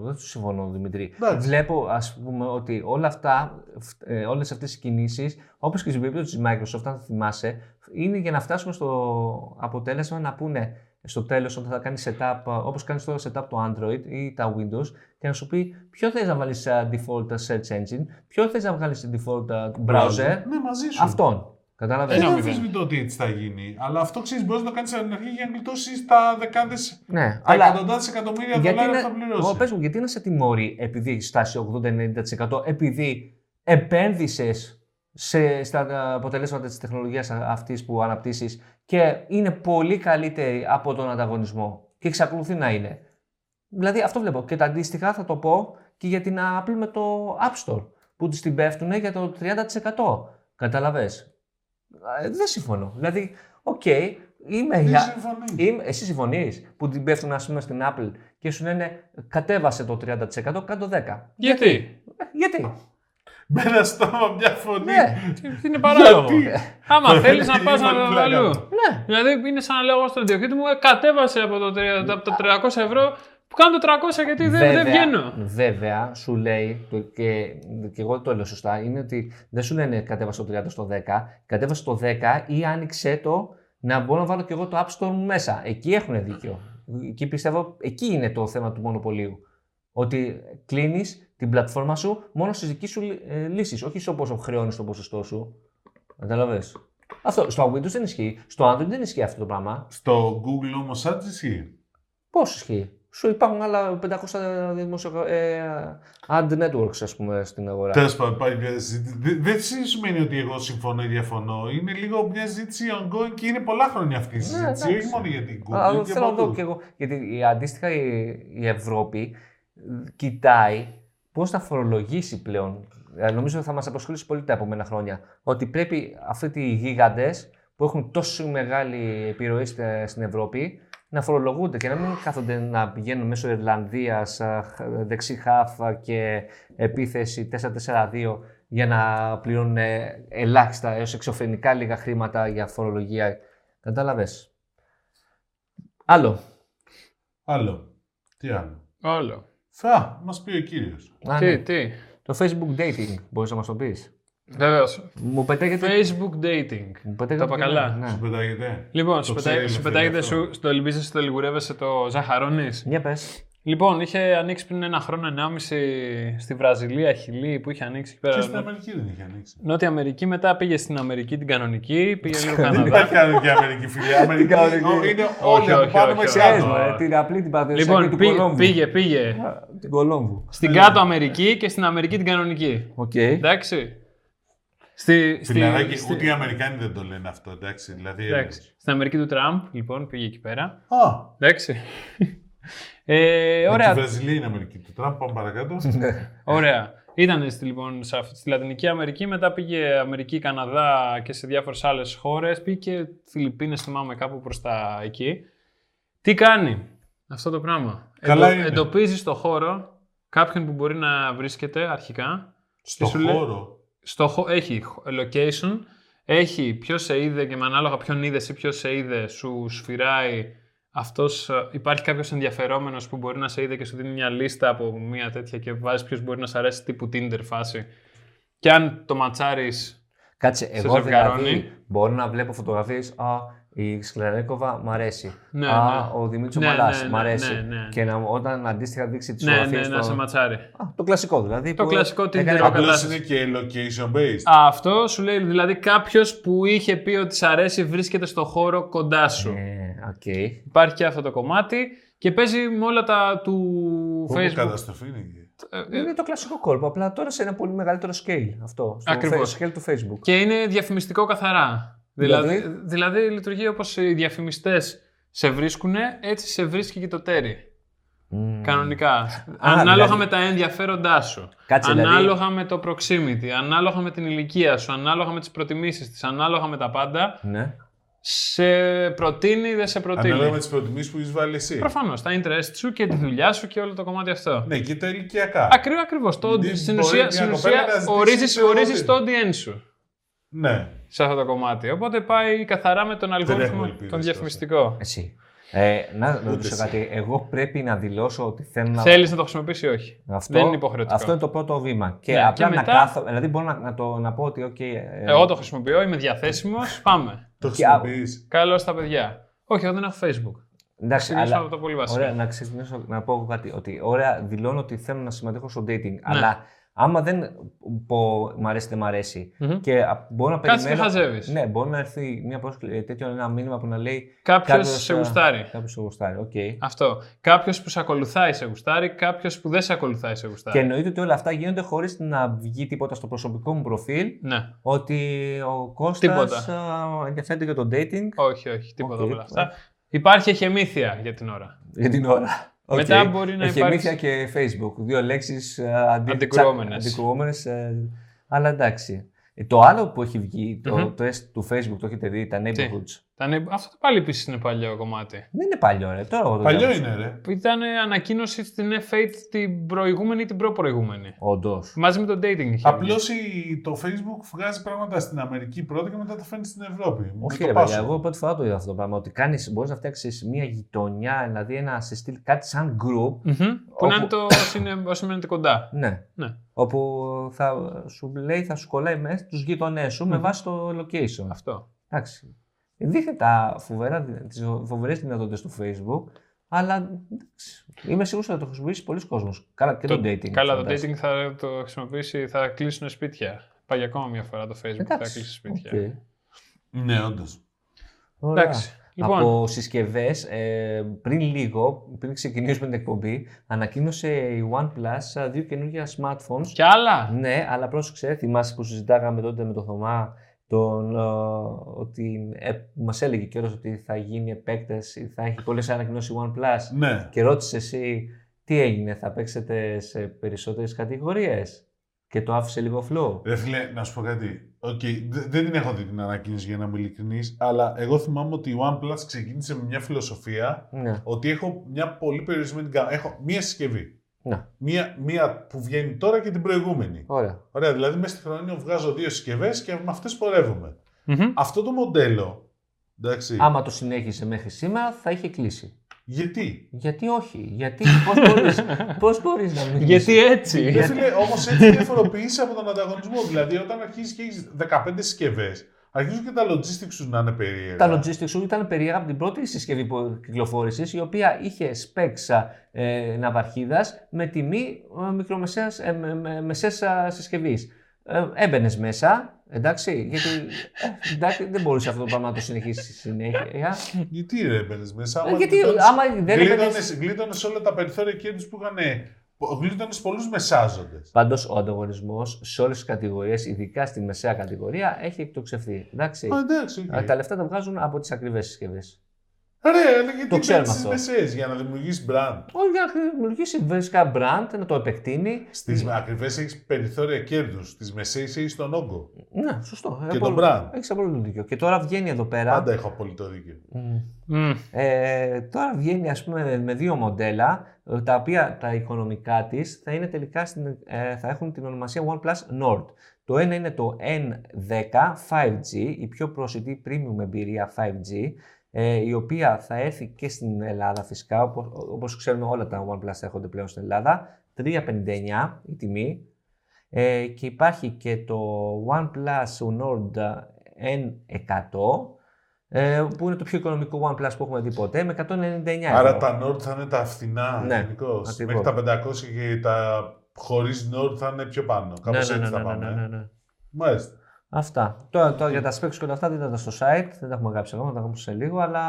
[SPEAKER 1] δεν το συμφωνώ, Δημητρή.
[SPEAKER 2] Εντάξει.
[SPEAKER 1] Βλέπω, ας πούμε, ότι όλα αυτά, φ- ε, όλες αυτές οι κινήσεις, όπως και στην περίπτωση της Microsoft, αν θυμάσαι, είναι για να φτάσουμε στο αποτέλεσμα να πούνε στο τέλος όταν θα κάνει setup, ε, όπως κάνεις τώρα setup το Android ή τα Windows, και να σου πει ποιο θες να βάλεις ε, default search engine, ποιο θες να βγάλεις default ε, browser,
[SPEAKER 2] Ναι, μαζί σου.
[SPEAKER 1] αυτόν. Κατάλαβες.
[SPEAKER 2] Δεν
[SPEAKER 3] Ένα
[SPEAKER 2] αμφισβητώ ότι έτσι θα γίνει. Αλλά αυτό ξέρεις, μπορείς να το κάνεις στην αρχή για να γλιτώσεις τα δεκάδες.
[SPEAKER 1] Ναι,
[SPEAKER 2] Τα
[SPEAKER 1] αλλά-
[SPEAKER 2] εκατοντάδες εκατομμύρια δολάρια που θα
[SPEAKER 1] εγώ,
[SPEAKER 2] πληρώσει.
[SPEAKER 1] πες μου, γιατί να σε τιμωρεί επειδή έχει φτάσει 80-90% επειδή επένδυσες στα αποτελέσματα της τεχνολογίας α- αυτής που αναπτύσσεις και είναι πολύ καλύτερη από τον ανταγωνισμό και εξακολουθεί να είναι. Δηλαδή αυτό βλέπω και τα αντίστοιχα θα το πω και για την Apple με το App Store που της την πέφτουνε για το 30%. Καταλαβες. Ε, Δεν συμφωνώ. Δηλαδή, οκ, είμαι
[SPEAKER 2] Δεν
[SPEAKER 1] για... Ε-
[SPEAKER 2] συμφωνείς.
[SPEAKER 1] Είμαι, εσύ συμφωνείς που την πέφτουν ας πούμε στην Apple και σου λένε κατέβασε το 30%, κάτω 10. Ε,
[SPEAKER 3] Γιατί.
[SPEAKER 1] Γιατί.
[SPEAKER 2] Με ένα στόμα, μια φωνή.
[SPEAKER 1] ναι,
[SPEAKER 3] Τι- Είναι παράλογο.
[SPEAKER 2] Γιατί?
[SPEAKER 3] Άμα θέλεις να πας να
[SPEAKER 2] Είμαι
[SPEAKER 3] το
[SPEAKER 2] πλάκα.
[SPEAKER 3] αλλού.
[SPEAKER 1] ναι.
[SPEAKER 3] Δηλαδή είναι σαν να λέω εγώ στον ιδιοκτήτη μου, «Ε, κατέβασε από το, τρία- από το 300 ευρώ που κάνω το 300 γιατί δεν, δεν βγαίνω.
[SPEAKER 1] Βέβαια, σου λέει, το- και, και εγώ το λέω σωστά, είναι ότι δεν σου λένε κατέβασε το 30 στο 10, κατέβασε το 10 ή άνοιξε το να μπορώ να βάλω και εγώ το App Store μου μέσα. Εκεί έχουν δίκιο. Εκεί πιστεύω, εκεί είναι το θέμα του μονοπωλίου. Ότι κλείνεις την πλατφόρμα σου μόνο στις δικές σου ε, λύσεις, όχι στο πόσο χρεώνεις το ποσοστό σου. Κατάλαβε. Αυτό. Στο Windows δεν ισχύει. Στο Android δεν ισχύει αυτό το πράγμα.
[SPEAKER 2] Στο Google όμως Ads ισχύει.
[SPEAKER 1] Πώς ισχύει. σου υπάρχουν άλλα 500 δημοσιο... ε, ad networks, ας πούμε, στην αγορά.
[SPEAKER 2] Τέλος πάντων, υπάρχει μια συζήτηση. Δε- Δεν σημαίνει ότι εγώ συμφωνώ ή διαφωνώ. Είναι λίγο μια συζήτηση ongoing και είναι πολλά χρόνια αυτή η
[SPEAKER 1] Ναι,
[SPEAKER 2] συζήτηση.
[SPEAKER 1] εντάξει.
[SPEAKER 2] όχι μόνο για την Google.
[SPEAKER 1] Αλλά
[SPEAKER 2] και
[SPEAKER 1] θέλω να
[SPEAKER 2] από
[SPEAKER 1] δω
[SPEAKER 2] πού.
[SPEAKER 1] κι εγώ. Γιατί η- αντίστοιχα η, η Ευρώπη ε, κοιτάει πώς θα φορολογήσει πλέον. Ε, Νομίζω ότι θα μας απασχολήσει πολύ τα επόμενα χρόνια. Ότι πρέπει αυτοί οι γίγαντες που έχουν τόσο μεγάλη επιρροή στε- στην Ευρώπη να φορολογούνται και να μην κάθονται να πηγαίνουν μέσω Ιρλανδίας, δεξί χάφα και επίθεση 4-4-2 για να πληρώνουν ε, ελάχιστα έως εξωφρενικά λίγα χρήματα για φορολογία. Κατάλαβες. Άλλο.
[SPEAKER 2] Άλλο. Τι άλλο.
[SPEAKER 3] Άλλο.
[SPEAKER 2] Θα μας πει ο κύριος.
[SPEAKER 1] Α, ναι.
[SPEAKER 3] Τι, τι.
[SPEAKER 1] Το Facebook dating, μπορείς να μας το πεις.
[SPEAKER 3] Βεβαίως.
[SPEAKER 1] Μου πετάγεται...
[SPEAKER 3] Facebook dating.
[SPEAKER 1] Μου πετάγεται
[SPEAKER 3] Τα πακαλά.
[SPEAKER 1] ναι.
[SPEAKER 2] Σου πετάγεται.
[SPEAKER 3] Λοιπόν,
[SPEAKER 2] Το
[SPEAKER 3] σου
[SPEAKER 2] ξέρει,
[SPEAKER 3] πετάει- σου
[SPEAKER 2] φίλε,
[SPEAKER 3] πετάγεται
[SPEAKER 2] αυτό.
[SPEAKER 3] σου, στο ελπίζεσαι, στο λιγουρεύεσαι το ζαχαρώνεις.
[SPEAKER 1] Για πες.
[SPEAKER 3] Λοιπόν, είχε ανοίξει πριν ένα χρόνο, ενάμιση στη Βραζιλία, Χιλή, που είχε ανοίξει εκεί πέρα.
[SPEAKER 2] Και στην
[SPEAKER 3] Νο-
[SPEAKER 2] Αμερική δεν είχε ανοίξει.
[SPEAKER 3] Νότια Αμερική, μετά πήγε στην Αμερική την κανονική, πήγε λίγο
[SPEAKER 2] Δεν
[SPEAKER 3] Καναδά.
[SPEAKER 2] υπάρχει άλλη για Αμερική φίλη. Αμερική
[SPEAKER 1] κανονική.
[SPEAKER 2] ο- είναι
[SPEAKER 3] Ναι, Όχι,
[SPEAKER 2] όλοι από
[SPEAKER 3] όχι,
[SPEAKER 2] πάνω
[SPEAKER 3] όχι,
[SPEAKER 2] μέχρι
[SPEAKER 3] όχι.
[SPEAKER 1] Ξέρεις, ε,
[SPEAKER 2] κάτω.
[SPEAKER 3] Ωραία.
[SPEAKER 1] μωρέ, την απλή την Πατρισιακή
[SPEAKER 3] λοιπόν,
[SPEAKER 1] του
[SPEAKER 3] πή-
[SPEAKER 1] Κολόμβου.
[SPEAKER 3] πήγε, πήγε.
[SPEAKER 1] Α, Την Κολόμβου.
[SPEAKER 3] Στην κάτω Αμερική και στην Αμερική την κανονική.
[SPEAKER 1] Οκ.
[SPEAKER 3] Εντάξει. Στη, στη,
[SPEAKER 2] Φιλαράκι,
[SPEAKER 3] στη-
[SPEAKER 2] ούτε οι Αμερικάνοι δεν το λένε αυτό, εντάξει. Δηλαδή,
[SPEAKER 3] εντάξει. Στην Αμερική του Τραμπ, λοιπόν, πήγε εκεί πέρα.
[SPEAKER 2] Α,
[SPEAKER 3] Εντάξει. Ε,
[SPEAKER 2] ωραία. Η
[SPEAKER 3] ωραία,
[SPEAKER 2] Βραζιλία είναι Αμερική του Τραμπ, πάμε παρακάτω.
[SPEAKER 3] ωραία. Ήταν στη, λοιπόν, σε αυτή- στη Λατινική Αμερική, μετά πήγε Αμερική, Καναδά και σε διάφορες άλλες χώρες. Πήγε και Φιλιππίνες, θυμάμαι, κάπου προς τα εκεί. Τι κάνει αυτό το πράγμα.
[SPEAKER 2] Καλά είναι.
[SPEAKER 3] εντοπίζει στο χώρο κάποιον που μπορεί να βρίσκεται αρχικά
[SPEAKER 2] Στο
[SPEAKER 3] σου λέει-
[SPEAKER 2] χώρο.
[SPEAKER 3] στο, χω- έχει χ- location, έχει ποιο σε είδε και με ανάλογα ποιον είδες ή ποιος σε είδε, σου σφυράει αυτός, ε, υπάρχει κάποιος ενδιαφερόμενος που μπορεί να σε είδε και σου δίνει μια λίστα από μια τέτοια και βάζεις ποιος μπορεί να σε αρέσει τύπου Tinder φάση. Και αν το ματσάρεις,
[SPEAKER 1] Κάτσε, εγώ δηλαδή
[SPEAKER 3] ζευγαρώνει.
[SPEAKER 1] μπορώ να βλέπω φωτογραφίες «Α, η Σκλερέκοβα μ' αρέσει.
[SPEAKER 3] Ναι,
[SPEAKER 1] «Α,
[SPEAKER 3] ναι.
[SPEAKER 1] ο Δημήτρης
[SPEAKER 3] Ναι,
[SPEAKER 1] Μαλάς
[SPEAKER 3] ναι,
[SPEAKER 1] μ'
[SPEAKER 3] ναι,
[SPEAKER 1] αρέσει».
[SPEAKER 3] ναι, ναι.
[SPEAKER 1] Και να, όταν αντίστοιχα δείξει τις
[SPEAKER 3] ναι, ναι,
[SPEAKER 1] φωτογραφίες
[SPEAKER 3] να
[SPEAKER 1] στο-
[SPEAKER 3] σε ματσάρει.
[SPEAKER 1] Α, το κλασικό δηλαδή.
[SPEAKER 3] Το
[SPEAKER 1] που
[SPEAKER 3] κλασικό
[SPEAKER 1] έκανε
[SPEAKER 3] Tinder, ο
[SPEAKER 1] απλά-
[SPEAKER 2] Απλώ
[SPEAKER 3] κατάσταση.
[SPEAKER 2] είναι και location based.
[SPEAKER 3] Α, Αυτό σου λέει δηλαδή κάποιος που είχε πει ότι σ' αρέσει βρίσκεται στο χώρο κοντά σου.
[SPEAKER 1] Ε, οκ.
[SPEAKER 3] Υπάρχει και αυτό το κομμάτι και παίζει με όλα τα του
[SPEAKER 2] Πού
[SPEAKER 3] Facebook.
[SPEAKER 2] καταστροφή είναι.
[SPEAKER 3] Ε, ε,
[SPEAKER 1] Είναι το κλασικό κόλπο, απλά τώρα σε ένα πολύ μεγαλύτερο scale αυτό. Στο
[SPEAKER 3] Ακριβώς.
[SPEAKER 1] fa- scale του Facebook.
[SPEAKER 3] Και είναι διαφημιστικό καθαρά.
[SPEAKER 1] Δηλαδή?
[SPEAKER 3] Δηλαδή, δηλαδή, λειτουργεί όπως οι διαφημιστές σε βρίσκουν, έτσι σε βρίσκει και το τέρι.
[SPEAKER 1] Μμμ.
[SPEAKER 3] Κανονικά. ανάλογα
[SPEAKER 1] δηλαδή-
[SPEAKER 3] με τα ενδιαφέροντά σου.
[SPEAKER 1] Κάτσε, δηλαδή-
[SPEAKER 3] ανάλογα με το proximity, ανάλογα με την ηλικία σου, ανάλογα με τις προτιμήσεις της, ανάλογα με τα πάντα,
[SPEAKER 1] Ναι.
[SPEAKER 3] σε προτείνει ή δεν σε
[SPEAKER 2] Ανάλογα με
[SPEAKER 3] προτείνει.
[SPEAKER 2] τις προτιμήσεις που έχεις βάλει εσύ.
[SPEAKER 3] Προφανώς, τα interest σου και τη δουλειά σου και όλο το κομμάτι αυτό.
[SPEAKER 2] Ναι, και τα ηλικιακά.
[SPEAKER 3] Ακριβώ, ακριβώς. Το,
[SPEAKER 2] Δηλαδή,
[SPEAKER 3] στην
[SPEAKER 2] μπορεί
[SPEAKER 3] ουσία,
[SPEAKER 2] μια
[SPEAKER 3] στην
[SPEAKER 2] κοπέλα να
[SPEAKER 3] ουσία
[SPEAKER 2] ζητήσει
[SPEAKER 3] ορίζεις,
[SPEAKER 2] το
[SPEAKER 3] ορίζεις το
[SPEAKER 2] audience.
[SPEAKER 3] audience σου.
[SPEAKER 2] Ναι.
[SPEAKER 3] σε αυτό το κομμάτι. Οπότε πάει καθαρά με τον
[SPEAKER 2] έχουμε
[SPEAKER 3] αλγόριθμο
[SPEAKER 2] ελπίδες
[SPEAKER 3] τον
[SPEAKER 2] τόσο.
[SPEAKER 3] διαφημιστικό.
[SPEAKER 1] Εσύ. Ε, να ρωτήσω
[SPEAKER 2] εσύ.
[SPEAKER 1] κάτι. Εγώ πρέπει να δηλώσω ότι θέλω να.
[SPEAKER 3] Θέλεις να το χρησιμοποιήσει ή όχι.
[SPEAKER 1] Αυτό,
[SPEAKER 3] Δεν είναι υποχρεωτικό.
[SPEAKER 1] Αυτό είναι το πρώτο βήμα. Και
[SPEAKER 3] Ναι,
[SPEAKER 1] απλά
[SPEAKER 3] και
[SPEAKER 1] να
[SPEAKER 3] μετά-
[SPEAKER 1] κάθω. Δηλαδή μπορώ να, να το, να πω ότι. οκ, ε,
[SPEAKER 3] Εγώ το χρησιμοποιώ, είμαι διαθέσιμος. Πάμε.
[SPEAKER 2] Το
[SPEAKER 1] Και άλλο.
[SPEAKER 2] χρησιμοποιεί.
[SPEAKER 3] Καλό στα παιδιά. Όχι, εγώ δεν έχω Facebook.
[SPEAKER 1] εντάξει,
[SPEAKER 3] Ξεκινήσω
[SPEAKER 1] Ε, αλλά,
[SPEAKER 3] από το πολύ βασικό.
[SPEAKER 1] Ωραία, να ξεκινήσω να πω εγώ κάτι. Ότι ωραία, δηλώνω ότι θέλω να συμμετέχω στο dating.
[SPEAKER 3] Ναι.
[SPEAKER 1] Αλλά άμα δεν πω μ' αρέσει, δεν μ' αρέσει.
[SPEAKER 3] Μμμ.
[SPEAKER 1] Και α, μπορώ να
[SPEAKER 3] Κάτσε
[SPEAKER 1] περιμένω.
[SPEAKER 3] και χαζεύεις.
[SPEAKER 1] Ναι, μπορεί να έρθει μια πρόσκληση, ε, τέτοιο ένα μήνυμα που να λέει
[SPEAKER 3] Κάποιος
[SPEAKER 1] κάποιος, ε,
[SPEAKER 3] σε
[SPEAKER 1] α,
[SPEAKER 3] γουστάρει.
[SPEAKER 1] Κάποιος σε γουστάρει. Οκ.
[SPEAKER 3] Αυτό. Κάποιος που σε ακολουθάει σε γουστάρει, κάποιος που δεν σε ακολουθάει σε
[SPEAKER 1] Και
[SPEAKER 3] γουστάρει.
[SPEAKER 1] εννοείται ότι όλα αυτά γίνονται χωρίς να βγει τίποτα στο προσωπικό μου προφίλ.
[SPEAKER 3] Ναι.
[SPEAKER 1] Ότι ο Κώστας
[SPEAKER 3] Τίποτα.
[SPEAKER 1] α, ενδιαφέρεται για το dating
[SPEAKER 3] Όχι, όχι, τίποτα
[SPEAKER 1] Οκ,
[SPEAKER 3] από όλα αυτά. Υπάρχει εχεμήθεια για την ώρα.
[SPEAKER 1] για την ώρα. Οκ.
[SPEAKER 3] Μετά μπορεί να
[SPEAKER 1] Εχεμήθεια
[SPEAKER 3] υπάρξει.
[SPEAKER 1] και Facebook. Δύο λέξεις α, αντι...
[SPEAKER 3] Αντικρουόμενες.
[SPEAKER 1] τσα- αντικρουόμενες, ε, αλλά εντάξει. Ε, Το άλλο που έχει βγει, το,
[SPEAKER 3] Μμμ.
[SPEAKER 1] το S του Facebook, το έχετε δει, τα neighborhoods.
[SPEAKER 3] Τα νε- Αυτό πάλι επίσης είναι παλιό κομμάτι.
[SPEAKER 1] Δεν είναι παλιό, ρε. Τώρα εγώ το
[SPEAKER 2] Παλιό είναι, ρε.
[SPEAKER 3] Ήταν ανακοίνωση στην F8 την προηγούμενη ή την προπροηγούμενη.
[SPEAKER 1] Όντως.
[SPEAKER 3] Μαζί με το dating είχε.
[SPEAKER 2] Απλώς το Facebook βγάζει πράγματα στην Αμερική πρώτα και μετά τα φέρνει στην Ευρώπη. Με
[SPEAKER 1] Όχι,
[SPEAKER 2] το
[SPEAKER 1] ρε
[SPEAKER 2] πάσο.
[SPEAKER 1] παιδιά, εγώ πρώτη φορά το είδα αυτό το πράγμα. Ότι κάνεις, μπορείς να φτιάξεις μια γειτονιά, δηλαδή ένα σε στυλ κάτι σαν group.
[SPEAKER 3] Μμμ. Που
[SPEAKER 1] Όπου-
[SPEAKER 3] να είναι το συνε- όσοι μένετε κοντά.
[SPEAKER 1] Ναι.
[SPEAKER 3] Ναι.
[SPEAKER 1] Όπου θα σου λέει, θα σου κολλάει μέσα τους γειτονές σου με
[SPEAKER 3] Μμμ.
[SPEAKER 1] βάση το location.
[SPEAKER 3] Αυτό.
[SPEAKER 1] Εντάξει. Δείχνει τα φοβερά, τις φοβερές δυνατότητες του Facebook, αλλά εντάξει, είμαι σίγουρος ότι θα το χρησιμοποιήσει πολλοί κόσμος. Καλά και το, dating.
[SPEAKER 3] Καλά, το
[SPEAKER 1] φαντάζομαι.
[SPEAKER 3] dating θα το χρησιμοποιήσει, θα κλείσουν σπίτια. Πάει ακόμα μια φορά το Facebook, θα
[SPEAKER 1] Εντάξει.
[SPEAKER 3] κλείσει σπίτια.
[SPEAKER 1] οκ.
[SPEAKER 2] Ναι, όντως.
[SPEAKER 1] Ωραία.
[SPEAKER 3] Εντάξει. Λοιπόν.
[SPEAKER 1] από συσκευές. πριν λίγο, πριν ξεκινήσουμε την εκπομπή, ανακοίνωσε η OnePlus ε, δύο καινούργια smartphones.
[SPEAKER 3] Κι άλλα.
[SPEAKER 1] Ναι, αλλά πρόσεξε, θυμάσαι που συζητάγαμε τότε με τον Θωμά τον, ε, ότι ε, μας έλεγε καιρός ότι θα γίνει επέκταση, θα έχει πολλές ανακοινώσεις η OnePlus
[SPEAKER 2] Ναι.
[SPEAKER 1] και ρώτησε εσύ τι έγινε, θα παίξετε σε περισσότερες κατηγορίες και το άφησε λίγο φλό.
[SPEAKER 2] Ρε φίλε, να σου πω κάτι. Οκ, δε- δεν την έχω δει την ανακοίνωση για να είμαι ειλικρινής, αλλά εγώ θυμάμαι ότι η OnePlus ξεκίνησε με μια φιλοσοφία
[SPEAKER 1] Ναι,
[SPEAKER 2] ότι έχω μια πολύ περιορισμένη γκάμα. Έχω μία συσκευή.
[SPEAKER 1] Ναι.
[SPEAKER 2] Μία, μία που βγαίνει τώρα και την προηγούμενη.
[SPEAKER 1] ωραία.
[SPEAKER 2] Ωραία, δηλαδή μέσα στη χρονιά βγάζω δύο συσκευές και με αυτές πορεύομαι.
[SPEAKER 3] Μμμ.
[SPEAKER 2] Αυτό το μοντέλο. Εντάξει.
[SPEAKER 1] Άμα το συνέχισε μέχρι σήμερα θα είχε κλείσει.
[SPEAKER 2] Γιατί.
[SPEAKER 1] Γιατί όχι, γιατί, πώς μπορείς, πώς μπορείς να μην
[SPEAKER 3] Γιατί έτσι.
[SPEAKER 2] Ρε φίλε, όμως έτσι διαφοροποιήσει από τον ανταγωνισμό. Δηλαδή, όταν αρχίζεις και έχεις 15 συσκευές, αρχίζουν και τα logistics σου να είναι περίεργα.
[SPEAKER 1] Τα logistics σου ήταν περίεργα από την πρώτη συσκευή που κυκλοφόρησες, η οποία είχε σπέξα ε, ναυαρχίδας με τιμή ε, μικρομεσαίας, ε, με, με, μεσαίας, α, συσκευής. Ε, Έμπαινες μέσα, εντάξει, γιατί ε, εντάξει, δεν μπορούσε αυτό το πράγμα να το συνεχίσεις συνέχεια.
[SPEAKER 2] Γιατί ρε, μπαίνε μέσα.
[SPEAKER 1] Ε, γιατί
[SPEAKER 2] γλίτωνες-
[SPEAKER 1] άμα δεν έμπαινες.
[SPEAKER 2] γλίτωνες- γλίτωνες όλα τα περιθώρια κέρδου που είχαν. Γλίτωνες πολλούς μεσάζοντες.
[SPEAKER 1] Πάντως ο ανταγωνισμός σε όλες τις κατηγορίες, ειδικά στη μεσαία κατηγορία, έχει εκτοξευθεί. Εντάξει.
[SPEAKER 2] Εντάξει. οκ.
[SPEAKER 1] Ε, Τα λεφτά τα βγάζουν από τις ακριβές συσκευές.
[SPEAKER 2] Ρε, αλλά γιατί
[SPEAKER 1] Το ξέρουμε
[SPEAKER 2] παίρνεις τις
[SPEAKER 1] αυτό.
[SPEAKER 2] μεσαίες για να δημιουργήσει brand.
[SPEAKER 1] Όχι για να δημιουργήσει βασικά brand, να το επεκτείνει.
[SPEAKER 2] Στις ακριβές έχεις περιθώρια κέρδους. Στις μεσαίε έχεις τον όγκο.
[SPEAKER 1] Ναι, σωστό.
[SPEAKER 2] Και τον brand.
[SPEAKER 1] Έχεις απόλυτο δίκιο. Και τώρα βγαίνει εδώ πέρα.
[SPEAKER 2] Πάντα έχω απόλυτο δίκιο.
[SPEAKER 1] Μμ.
[SPEAKER 3] Μμ.
[SPEAKER 1] Ε, τώρα βγαίνει ας πούμε με δύο μοντέλα, ε, τα οποία τα οικονομικά της θα, είναι τελικά στην, ε, θα έχουν την ονομασία OnePlus Nord. Το ένα είναι το N10 5G, η πιο προσιτή premium εμπειρία 5G, ε, η οποία θα έρθει και στην Ελλάδα φυσικά, όπως, όπως ξέρουμε όλα τα OnePlus θα έρχονται πλέον στην Ελλάδα, 359 η τιμή. Ε, και υπάρχει και το OnePlus Nord N100, ε, που είναι το πιο οικονομικό OnePlus που έχουμε δει ποτέ, με 199
[SPEAKER 2] Άρα
[SPEAKER 1] ευρώ.
[SPEAKER 2] τα Nord θα είναι τα φθηνά
[SPEAKER 1] Ναι,
[SPEAKER 2] γενικώς. Μέχρι
[SPEAKER 1] ακριβώς.
[SPEAKER 2] τα 500 και τα χωρίς Nord θα είναι πιο πάνω. Κάπως
[SPEAKER 1] ναι,
[SPEAKER 2] έτσι
[SPEAKER 1] ναι, ναι,
[SPEAKER 2] θα
[SPEAKER 1] ναι,
[SPEAKER 2] πάμε. ε.
[SPEAKER 1] ναι, ναι, ναι.
[SPEAKER 2] Μάλιστα.
[SPEAKER 1] Αυτά. Τώρα, τώρα για τα specs και όλα αυτά δείτε τα στο site. Δεν τα έχουμε γράψει ακόμα, θα τα έχουμε σε λίγο, αλλά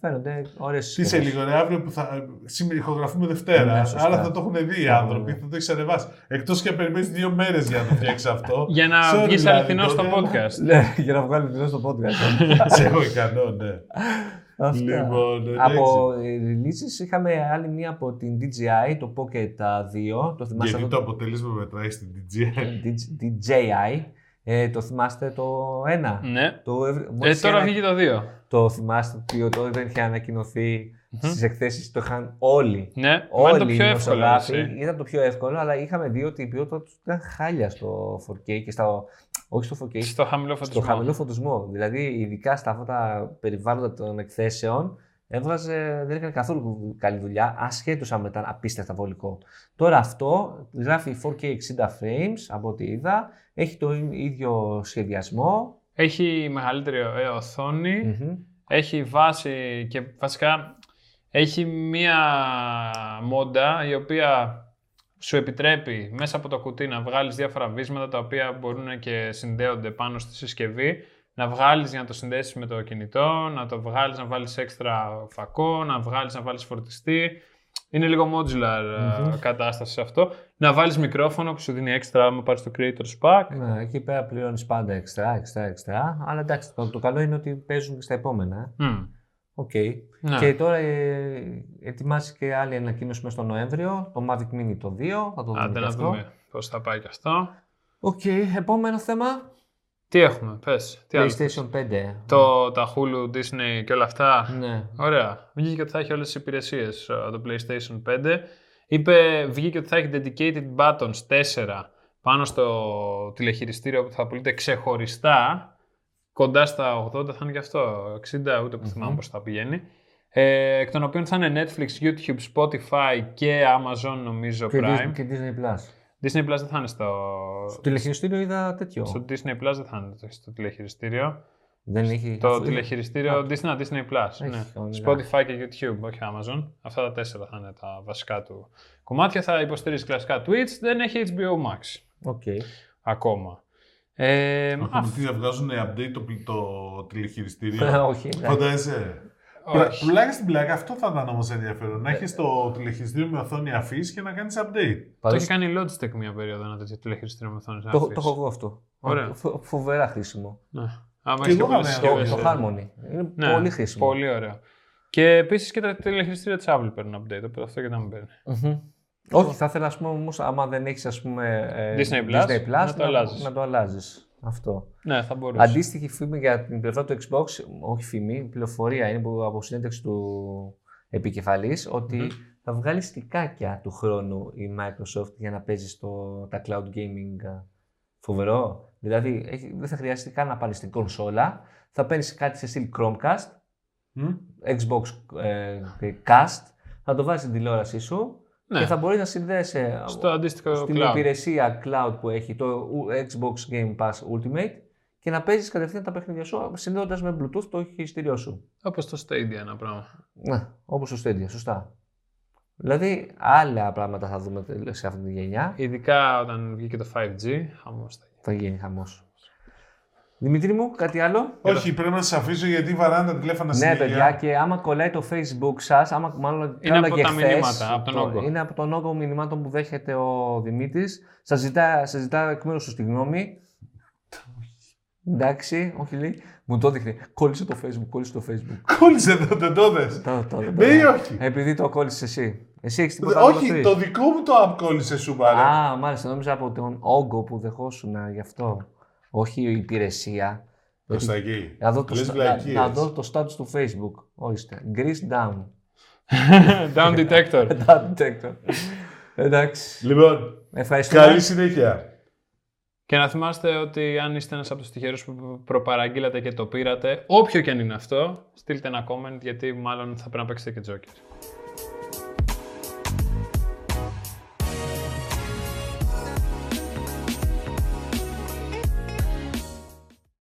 [SPEAKER 1] φαίνονται ωραίες
[SPEAKER 2] Τι σε
[SPEAKER 1] συσκευές.
[SPEAKER 2] λίγο, ρε, αύριο που θα. ε, Σήμερα ηχογραφούμε Δευτέρα.
[SPEAKER 1] Ναι, σωστά.
[SPEAKER 2] άρα θα το έχουν δει οι
[SPEAKER 1] Ναι,
[SPEAKER 2] άνθρωποι,
[SPEAKER 1] ναι.
[SPEAKER 2] θα το έχεις ανεβάσει. Εκτός και περιμένεις δύο μέρες για να το φτιάξεις αυτό.
[SPEAKER 3] Για να
[SPEAKER 2] Sorry,
[SPEAKER 3] βγεις
[SPEAKER 2] δηλαδή,
[SPEAKER 3] αληθινό στο
[SPEAKER 2] τότε.
[SPEAKER 3] podcast.
[SPEAKER 1] Ναι, για να βγάλει την στο podcast.
[SPEAKER 2] σε έχω ικανό, ναι.
[SPEAKER 1] Αυτά.
[SPEAKER 2] λοιπόν, εντάξει.
[SPEAKER 1] Από releases είχαμε άλλη μία από την DJI, το Pocket 2. Το Ναι, θυμάστε
[SPEAKER 2] Γιατί
[SPEAKER 1] αυτό
[SPEAKER 2] το αποτέλεσμα μετράει στην DJI.
[SPEAKER 1] DJ- DJI. Ε, το θυμάστε το ένα.
[SPEAKER 3] Ναι.
[SPEAKER 1] Το, ευρ-
[SPEAKER 3] Ε,
[SPEAKER 1] μόλις είχε
[SPEAKER 3] τώρα
[SPEAKER 1] ανα-
[SPEAKER 3] βγήκε το 2.
[SPEAKER 1] το θυμάστε ότι το- όταν είχε ανακοινωθεί
[SPEAKER 3] Μμμ.
[SPEAKER 1] στις εκθέσεις το είχαν όλοι.
[SPEAKER 3] Ναι, μου είναι
[SPEAKER 1] Όλοι
[SPEAKER 3] το πιο
[SPEAKER 1] οι
[SPEAKER 3] εύκολο.
[SPEAKER 1] δημοσιογράφοι.
[SPEAKER 3] έτσι.
[SPEAKER 1] Ήταν το πιο εύκολο, αλλά είχαμε δει ότι η ποιότητα τους ήταν χάλια στο 4K και στα, όχι στο 4K,
[SPEAKER 3] Στο χαμηλό φωτισμό.
[SPEAKER 1] στο χαμηλό φωτισμό. Δηλαδή, ειδικά στα αυτά τα περιβάλλοντα των εκθέσεων, έβγαζε, δεν έκανε καθόλου καλή δουλειά, ασχέτως αν ήταν απίστευτα βολικό. Τώρα αυτό γράφει 4K 60 frames από ό,τι είδα, έχει το ίδιο σχεδιασμό.
[SPEAKER 3] Έχει μεγαλύτερη ε, οθόνη.
[SPEAKER 1] Μμμ.
[SPEAKER 3] έχει βάση και βασικά έχει μία μόντα η οποία σου επιτρέπει μέσα από το κουτί να βγάλεις διάφορα βίσματα τα οποία μπορούν και συνδέονται πάνω στη συσκευή να βγάλεις για να το συνδέσεις με το κινητό, να το βγάλεις να βάλεις έξτρα φακό, να βγάλεις να βάλεις φορτιστή. Είναι λίγο modular ε,
[SPEAKER 1] Μμμ.
[SPEAKER 3] κατάσταση σε αυτό. Να βάλεις μικρόφωνο που σου δίνει έξτρα άμα πάρεις το Creator's Pack.
[SPEAKER 1] Ναι, εκεί πέρα πληρώνεις πάντα εξτρά, εξτρά, εξτρά. Αλλά εντάξει, το, το καλό είναι ότι παίζουν και στα επόμενα.
[SPEAKER 3] Μμ.
[SPEAKER 1] Οκ.
[SPEAKER 3] Ναι.
[SPEAKER 1] Και τώρα ε, ετοιμάζει και άλλη ανακοίνωση μέσα στο Νοέμβριο, το Mavic Mini το 2, θα το δούμε
[SPEAKER 3] Άντε
[SPEAKER 1] και
[SPEAKER 3] να
[SPEAKER 1] αυτό.
[SPEAKER 3] δούμε πώς θα πάει και αυτό.
[SPEAKER 1] Οκ, επόμενο θέμα,
[SPEAKER 3] Τι έχουμε, πες. Τι άλλο.
[SPEAKER 1] PlayStation 5.
[SPEAKER 3] Το, τα Hulu, Disney και όλα αυτά.
[SPEAKER 1] Ναι.
[SPEAKER 3] Ωραία. Βγήκε ότι θα έχει όλες τις υπηρεσίες ε, το PlayStation 5. Είπε, βγήκε ότι θα έχει dedicated buttons 4 πάνω στο τηλεχειριστήριο που θα πουλείται ξεχωριστά. Κοντά στα 80 θα είναι και αυτό, 60 ούτε που θυμάμαι
[SPEAKER 1] Μμμ.
[SPEAKER 3] πώς θα πηγαίνει. Ε, εκ των οποίων θα είναι Netflix, YouTube, Spotify και Amazon νομίζω
[SPEAKER 1] Και,
[SPEAKER 3] Prime.
[SPEAKER 1] Disney, και Disney Plus.
[SPEAKER 3] Disney Plus δεν θα είναι στο...
[SPEAKER 1] Στο τηλεχειριστήριο είδα τέτοιο.
[SPEAKER 3] Στο Disney Plus δεν θα είναι στο τηλεχειριστήριο.
[SPEAKER 1] Δεν έχει.
[SPEAKER 3] Το
[SPEAKER 1] αφού-
[SPEAKER 3] τηλεχειριστήριο Disney, Disney Plus.
[SPEAKER 1] Έχει
[SPEAKER 3] ναι.
[SPEAKER 1] κανονικά.
[SPEAKER 3] Spotify και YouTube, όχι Amazon. Αυτά τα τέσσερα θα είναι τα βασικά του κομμάτια. Θα υποστηρίζει κλασικά Twitch, δεν έχει HBO Max
[SPEAKER 1] Οκ.
[SPEAKER 3] ακόμα. Ε,
[SPEAKER 2] Ακόμη
[SPEAKER 3] αφ-
[SPEAKER 2] τι θα βγάζουν update το, πλη- το τηλεχειριστήριο.
[SPEAKER 1] Όχι. εντάξει.
[SPEAKER 2] Φαντάζεσαι. Πλα-
[SPEAKER 3] Όχι.
[SPEAKER 2] Τουλάχιστον πλάκα, αυτό θα ήταν όμως ενδιαφέρον. Να έχεις το τηλεχιστήριο με οθόνη αφής και να κάνεις update.
[SPEAKER 3] Το
[SPEAKER 1] Πάντως,
[SPEAKER 3] έχει κάνει η Logitech μια περίοδο ένα τέτοιο τηλεχειριστήριο με οθόνης.
[SPEAKER 1] το, το έχω εγώ αυτό.
[SPEAKER 3] Ωραία.
[SPEAKER 1] Φο- φοβερά χρήσιμο.
[SPEAKER 3] Ναι. Άμα
[SPEAKER 2] Και
[SPEAKER 3] έχεις
[SPEAKER 2] εγώ
[SPEAKER 3] και πολλές
[SPEAKER 2] είχα
[SPEAKER 1] Το,
[SPEAKER 2] ένα,
[SPEAKER 3] συσκευές,
[SPEAKER 1] το
[SPEAKER 3] ε.
[SPEAKER 1] Harmony. Είναι
[SPEAKER 3] Ναι,
[SPEAKER 1] πολύ χρήσιμο.
[SPEAKER 3] Πολύ ωραίο. Και επίσης και τα τηλεχειριστήρια της Apple παίρνουν update, οπότε αυτό και να μην παίρνει.
[SPEAKER 1] Μμμ. Όχι, θα ήθελα, ας πούμε, όμως, άμα δεν έχεις, ας πούμε, ε,
[SPEAKER 3] Disney Plus, να το
[SPEAKER 1] να,
[SPEAKER 3] αλλάζεις.
[SPEAKER 1] να το αλλάζεις. Αυτό.
[SPEAKER 3] Ναι, θα μπορούσε.
[SPEAKER 1] Αντίστοιχη φήμη για την πλευρά του Xbox, όχι φήμη, πληροφορία είναι που από συνέντευξη του επικεφαλής ότι θα βγάλει στικάκια του χρόνου η Microsoft για να παίζει στο, τα cloud gaming. α, Φοβερό. Δηλαδή έχει- δεν θα χρειάζεται καν να πάρει την κονσόλα, θα παίρνεις κάτι σε στυλ Chromecast,
[SPEAKER 2] Μμ.
[SPEAKER 1] Xbox ε, Cast, θα το βάζεις στην τηλεόρασή σου
[SPEAKER 3] Ναι,
[SPEAKER 1] και θα μπορείς να συνδέεσαι
[SPEAKER 3] στο αντίστοιχο
[SPEAKER 1] στην
[SPEAKER 3] cloud.
[SPEAKER 1] υπηρεσία cloud που έχει το Xbox Game Pass Ultimate και να παίζεις κατευθείαν τα παιχνίδια σου συνδέοντας με Bluetooth το χειριστήριό σου.
[SPEAKER 3] Όπως το Stadia ένα πράγμα.
[SPEAKER 1] Ναι, όπως το Stadia, σωστά. Δηλαδή άλλα πράγματα θα δούμε σε αυτή τη γενιά.
[SPEAKER 3] Ειδικά όταν βγήκε το 5G, χαμός θα γίνει.
[SPEAKER 1] Θα γίνει χαμός. Δημητρή μου, κάτι άλλο.
[SPEAKER 2] Όχι, πρέπει να σας αφήσω γιατί βαράνε τα τηλέφωνα
[SPEAKER 1] Ναι,
[SPEAKER 2] συνέχεια.
[SPEAKER 1] παιδιά, και άμα κολλάει το Facebook σας, άμα μάλλον
[SPEAKER 3] Είναι
[SPEAKER 1] κάλαγε
[SPEAKER 3] από τα
[SPEAKER 1] χθες,
[SPEAKER 3] μηνύματα, από τον
[SPEAKER 1] το-
[SPEAKER 3] όγκο.
[SPEAKER 1] Είναι από τον όγκο μηνυμάτων που δέχεται ο Δημήτρης. Σας ζητά, σας ζητά εκ μέρους του τη γνώμη. Εντάξει, όχι λέει. Μου το δείχνει. Κόλλησε το Facebook, κόλλησε το Facebook.
[SPEAKER 2] Κόλλησε το τεντόδε.
[SPEAKER 1] Τα- τα- τα-
[SPEAKER 2] Ναι ή όχι.
[SPEAKER 1] Επειδή το κόλλησες εσύ. Εσύ έχεις τίποτα άλλο να
[SPEAKER 2] Όχι,
[SPEAKER 1] πεις?
[SPEAKER 2] το δικό μου το app κόλλησε σου πάρε.
[SPEAKER 1] Α, μάλιστα, νόμιζα από τον όγκο που δεχόσουν γι' αυτό. Όχι η υπηρεσία.
[SPEAKER 2] Προς τα
[SPEAKER 1] Γιατί-
[SPEAKER 2] εκεί.
[SPEAKER 1] Να δω, το,
[SPEAKER 2] Λες
[SPEAKER 1] στα-
[SPEAKER 2] βλακίες.
[SPEAKER 1] να, να δω το status του Facebook. Ορίστε. Greece down.
[SPEAKER 3] Down detector.
[SPEAKER 1] Τα detector. Εντάξει.
[SPEAKER 2] Λοιπόν,
[SPEAKER 1] Ευχαριστούμε.
[SPEAKER 2] καλή συνέχεια.
[SPEAKER 3] και να θυμάστε ότι αν είστε ένας από τους τυχερούς που προπαραγγείλατε και το πήρατε, όποιο και αν είναι αυτό, στείλτε ένα comment γιατί μάλλον θα πρέπει να παίξετε και Joker.